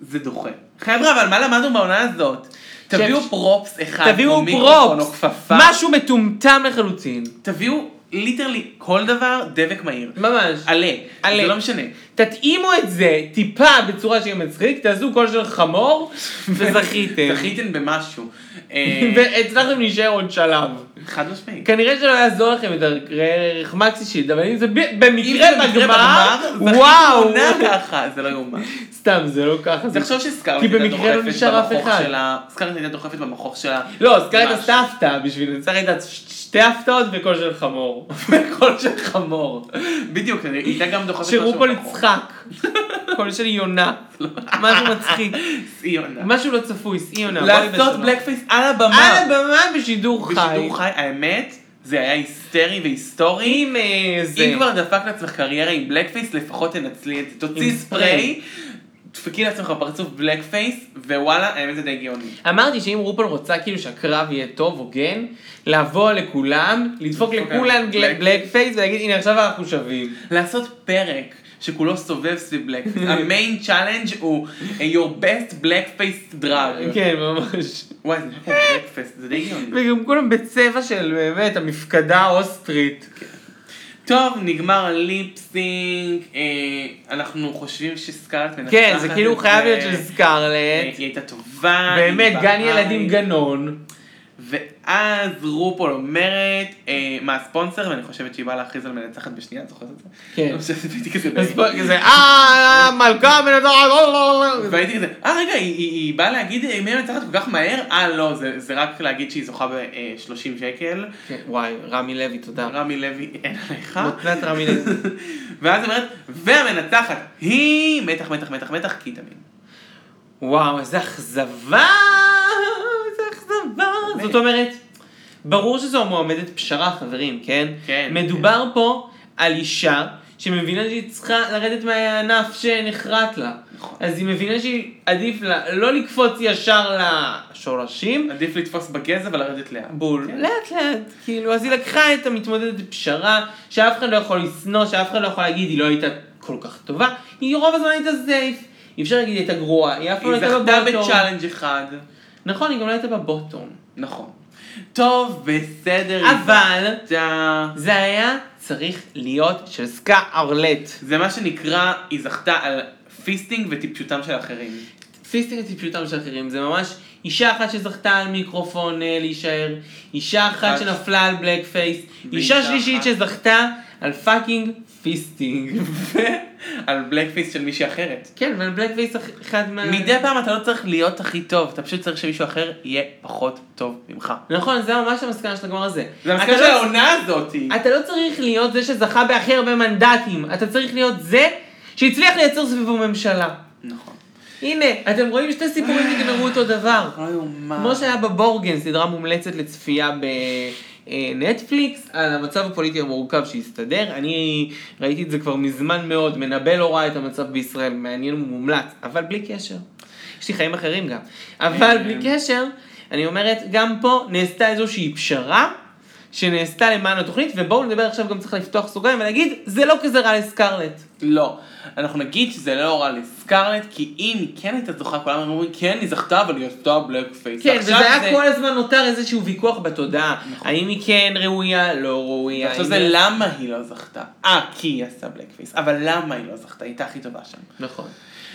זה דוחה. חבר'ה, אבל מה למדנו בעונה הזאת? תביאו פרופס אחד, כן. תביאו או מיקרופון או פרופס, כפפה. משהו מטומטם לחלוטין. תביאו ליטרלי כל דבר דבק מהיר. ממש. עלה. עלה. זה לא משנה. תתאימו את זה טיפה בצורה שיהיה מצחיק, תעשו קול של חמור, וזכיתם. זכיתם במשהו. אה, והצלחתם להישאר עוד שלב. חד משמעית. כנראה שלא יעזור לכם את הערך מקסישיט, אבל אם זה ב- אם במקרה זה במקרה בגמר, זכיתם וואו. עונה ככה, זה לא יאומן. סתם, זה לא ככה. זה- תחשוב שסקארלט כי הייתה במקרה לא דוחפת נשאר אף במכוך אחד. שלה, סקארלט הייתה דוחפת במכוך שלה. לא, אז כרגע ממש. עשתה הפתעה בשביל זה, צריך הייתה ש- שתי הפתעות וקול של חמור. בקול של לא חמור. בדיוק, היא הייתה גם דוחפת משהו שרופול במכוך. יצחק. קול של יונה. משהו מצחיק. סיונה. משהו לא צפוי, סי יונה. לעשות בלק פייס על הבמה. על הבמה בשידור חי. בשידור חי, האמת, זה היה היסטרי והיסטורי. עם אה, זה. אם כבר דפק לעצמך קריירה עם בלק פייס, לפחות תנצלי את זה. תוציאי עם ספריי, דפקי לעצמך פרצוף בלק פייס, ווואלה, האמת זה די גאוני. אמרתי שאם רופול רוצה כאילו שהקרב יהיה טוב, הוגן, לבוא לכולם, לדפוק לדפוק לכולם על בלק- בלק פייס ולהגיד הנה עכשיו אנחנו שווים. לעשות פרק שכולו סובב סביב בלק פייס. המיין צ'אלנג' הוא אה, your best black face drug. כן, ממש. וואי, זה היה כמו בלק פייס, זה די גאוני. וגם כולם בצבע של באמת המפקדה האוסטרית. טוב, נגמר הליפסינג, אה, אנחנו חושבים שסקארט מנצחת כן, זה כאילו את חייב זה. להיות של אה, סקארלט. היא הייתה טובה. באמת, היא גן בעין. ילדים גנון. ואז רופול אומרת, אה, מה הספונסר, ואני חושבת שהיא באה להכריז על מנצחת בשנייה, את זוכרת את זה? כן. אני חושבת שהייתי כזה... אז פה כזה, אה, מלכה אה, מנצחת, והייתי כזה, אה רגע, היא- היא היא באה להגיד אה, מי מנצחת כל כך מהר? אה לא, זה- זה רק להגיד שהיא זוכה ב-30 שקל. כן, וואי, רמי לוי, תודה. רמי לוי, אין עליך. מתנת רמי לוי. ואז היא אומרת, והמנצחת היא מתח, מתח, מתח, מתח, כי תמיד. וואו, איזה אכזבה! איזה אכזבה! זאת אומרת, ברור שזו מועמדת פשרה, חברים, כן? כן, מדובר פה על אישה שמבינה שהיא צריכה לרדת מהענף שנחרט לה. נכון. אז היא מבינה שהיא עדיף לה לא לקפוץ ישר לשורשים, עדיף לתפוס בגזע ולרדת לאט. בול. כן. לאט לאט, כאילו, אז היא לקחה את המתמודדת פשרה, שאף אחד לא יכול לשנוא, שאף אחד לא יכול להגיד, היא לא הייתה כל כך טובה, היא רוב הזמן הייתה זייף. אי אפשר להגיד, היא הייתה גרועה, היא אף פעם היא לא הייתה זכתה בבוטום. בצ'אלנג' אחד. נכון, היא גם לא הייתה בבוטום. נכון. טוב, בסדר. אבל, זכתה. זה היה צריך להיות של סקה ארלט. זה מה שנקרא, היא זכתה על פיסטינג וטיפשותם של אחרים. פיסטינג טיפשותם של אחרים, זה ממש אישה אחת שזכתה על מיקרופון אה, להישאר, אישה אחת אחת. שנפלה על בלק פייס, אישה ואישה שלישית אחת. שזכתה על פאקינג פיסטינג. על בלק פייס של מישהי אחרת. כן, אבל בלק פייס אח- אחד מה... מדי פעם אתה לא צריך להיות הכי טוב, אתה פשוט צריך שמישהו אחר יהיה פחות טוב ממך. נכון, זה ממש המסקנה של הגמר הזה. זה אתה המסקנה של לא- העונה הזאתי. אתה לא צריך להיות זה שזכה בהכי הרבה מנדטים, אתה צריך להיות זה שהצליח לייצר סביבו ממשלה. נכון. הנה, אתם רואים שתי סיפורים נגמרו אותו דבר. לא יאומן. כמו שהיה בבורגן, סדרה מומלצת לצפייה בנטפליקס, על המצב הפוליטי המורכב שהסתדר. אני ראיתי את זה כבר מזמן מאוד, מנבא לא רע את המצב בישראל, מעניין ומומלץ, אבל בלי קשר. יש לי חיים אחרים אה, גם. אבל בלי קשר, אני אומרת, גם פה נעשתה איזושהי פשרה. שנעשתה למען התוכנית, ובואו נדבר עכשיו גם צריך לפתוח סוגריים ולהגיד, זה לא כזה רע לסקארלט. לא. אנחנו נגיד שזה לא רע לסקרלט, כי אם היא כן הייתה זוכה, כולם אומרים, כן, היא זכתה, אבל היא עשתה בלק פייס. כן, וזה עכשיו היה כל הזמן נותר איזשהו ויכוח בתודעה, האם היא כן ראויה, לא ראויה. עכשיו האם זה היא- למה היא לא זכתה. אה, כי היא עשתה בלק פייס. אבל למה היא לא זכתה? היא הייתה הכי טובה שם. נכון.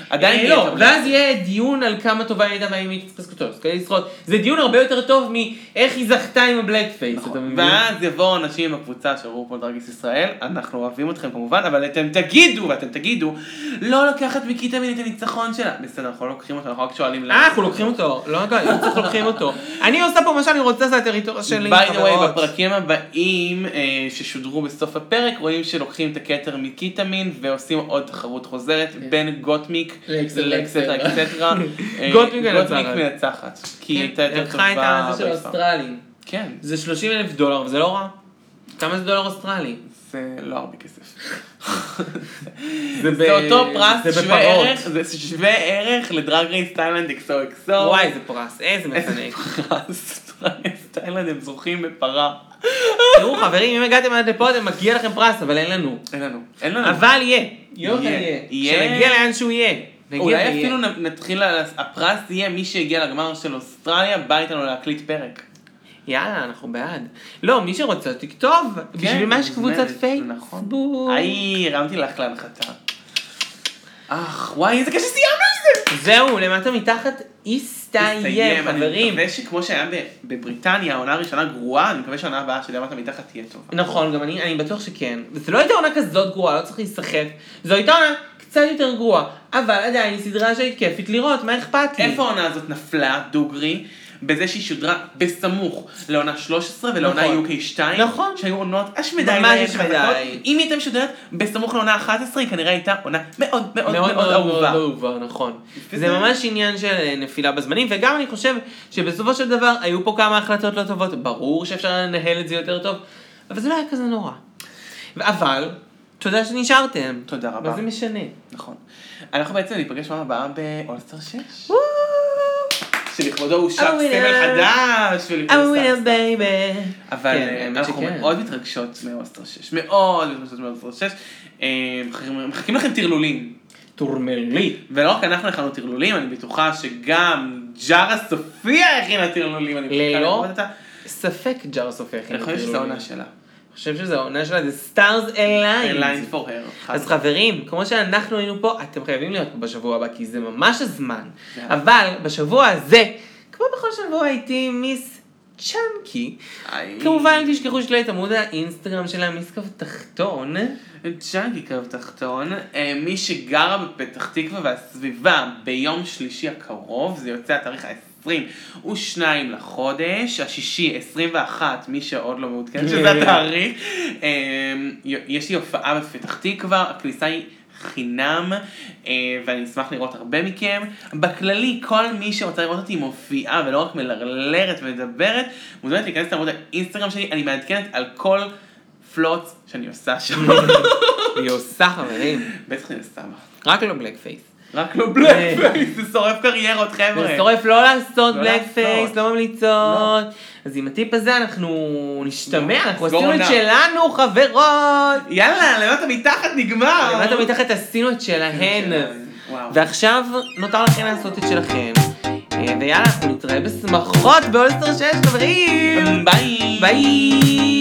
עדיין אה, היא לא, הייתה בלק ואז יהיה דיון על כמה טובה היא הייתה והאם היא קסקוטובסקה לשחות. זה דיון הרבה יותר טוב מאיך היא זכתה עם הבלק פייס, אתה נכון. מבין? ואז יבואו אנשים מהקבוצה של רופול דרגיס ישראל, אנחנו אוהבים אתכם כמובן, אבל אתם תגידו, ואתם תגידו, לא לקחת מקיטמין את הניצחון שלה. בסדר, אנחנו לא לוקחים אותה, אנחנו רק שואלים אה, אנחנו לוקחים אותו, לא רק אם צריך לוקחים אותו. אני עושה פה מה שאני רוצה, זה הטריטוריה שלי, ביי דה ווי, חברות. בפרקים הבאים אה, ששודרו בסוף הפרק, רואים שלוקחים את הכתר מקיטמין ועושים עוד תחרות חוזרת כן. בין גוטמיק לאקסטרה, לאקסטרה לאקסטרה. אקסטרה. אה, גוטמיק מנצחת. מנצחת. כי היא הייתה יותר לקחה כן, את טובה. הזה של by far. האוסטרלים. כן, זה 30 אלף דולר, וזה לא רע. כמה זה דולר אוסטרלי? זה לא הרבה כסף. זה זה אותו פרס זה שווה בפרות. ערך, זה שווה ערך לדרג רייס תאילנד אקסו אקסו. וואי, זה פרס, איזה איזה מפנק. פרס. תאילנד הם זוכים בפרה. תראו חברים, אם הגעתם עד לפה, אתם מגיע לכם פרס, אבל אין לנו. אין לנו. אין לנו. אבל יהיה. יום אחד יהיה. יהיה. כן. שנגיע לאן שהוא יהיה. נגיע אולי ויהיה. אפילו נ- נתחיל, על- הפרס יהיה מי שהגיע לגמר של אוסטרליה, בא איתנו להקליט פרק. יאללה, אנחנו בעד. לא, מי שרוצה, תכתוב. בשביל מה יש קבוצת מוזמנת, נכון. פייסבוק? היי, הרמתי לך להנחתה. אך, וואי, איזה קשה סיימנו את זה! זהו, למטה מתחת הסתיים, אני חברים. מקווה שכמו שהיה ב- בבריטניה, העונה הראשונה גרועה, אני מקווה שהעונה הבאה של ימת המתחת תהיה טובה. נכון, גם אני, אני בטוח שכן. וזה לא הייתה עונה כזאת גרועה, לא צריך להיסחף. זו הייתה עונה קצת יותר גרועה, אבל עדיין היא סדרה שהיא כיפית לראות, מה אכפת לי? איפה העונה הזאת נפלה, דוגרי? בזה שהיא שודרה בסמוך לעונה 13 ולעונה נכון. UK 2, נכון. שהיו עונות השמדי ממש מהן, השמדי. חזקות. אם היא הייתה משודרת בסמוך לעונה 11, היא כנראה הייתה עונה מאוד מאוד מאוד מאוד אהובה. אהובה, נכון. זה וזה- ממש עניין של אה, נפילה בזמנים, וגם אני חושב שבסופו של דבר היו פה כמה החלטות לא טובות, ברור שאפשר היה לנהל את זה יותר טוב, אבל זה לא היה כזה נורא. ו- אבל, תודה שנשארתם. תודה רבה. מה זה משנה? נכון. אנחנו בעצם ניפגש פעם הבאה באולסטר 6. שלכבודו הושק I'm a winner. סמל חדש. I'm a ולכבוד winner סבתא. Oh, baby. אבל כן, אה, האמת אנחנו שכן. מאוד מתרגשות מאולסטר 6. מאוד מתרגשות מאולסטר 6. אה, מחכים- מחכים לכם טרלולים. טורמלי. ולא רק אנחנו הכנו טרלולים, אני בטוחה שגם ג'ארה סופיה הכינה טרלולים. אני מחכה ללא? כן, לראות אותה. ספק ג'אר סופי הכי אני חושב שזו העונה שלה. כאילו. אני חושב שזו העונה שלה, זה סטארס אליינס. Line for her. אז חברים, כמו שאנחנו היינו פה, אתם חייבים להיות פה בשבוע הבא, כי זה ממש הזמן. כן. אבל בשבוע הזה, כמו בכל שבוע הייתי מיס צ'אנקי. היי. כמובן, אל תשכחו שלא את עמוד האינסטגרם שלה, מיס קו תחתון. ג'אנקי קו תחתון, אה, מי שגרה בפתח תקווה והסביבה ביום שלישי הקרוב, זה יוצא התאריך ה-22 לחודש, השישי 21, מי שעוד לא מעודכן שזה התאריך, אה, י- יש לי הופעה בפתח תקווה, הכניסה היא... חינם, אה, ואני אשמח לראות הרבה מכם. בכללי, כל מי שרוצה לראות אותי מופיעה ולא רק מלרלרת ומדברת, מוזמנת להיכנס לעמוד האינסטגרם שלי, אני מעדכנת על כל פלוץ שאני עושה שם. היא עושה חברים, בטח אני סתם. רק לא בלק פייס. רק לא בלק פייס, זה שורף קריירות, חבר'ה. אה. זה שורף לא לעשות אה, לא בלק לעשות. פייס, לא ממליצות. אז עם הטיפ הזה אנחנו נשתמע, לא, אנחנו סגור עשינו את עונה. שלנו, חברות. יאללה, למטה מתחת נגמר. למטה מתחת עשינו את שלהן. לא. שלהן, וואו. ועכשיו נותר לכם לעשות את שלכם. אה, ויאללה, אנחנו נתראה בשמחות באולסטר 6, חברים! ביי. ביי!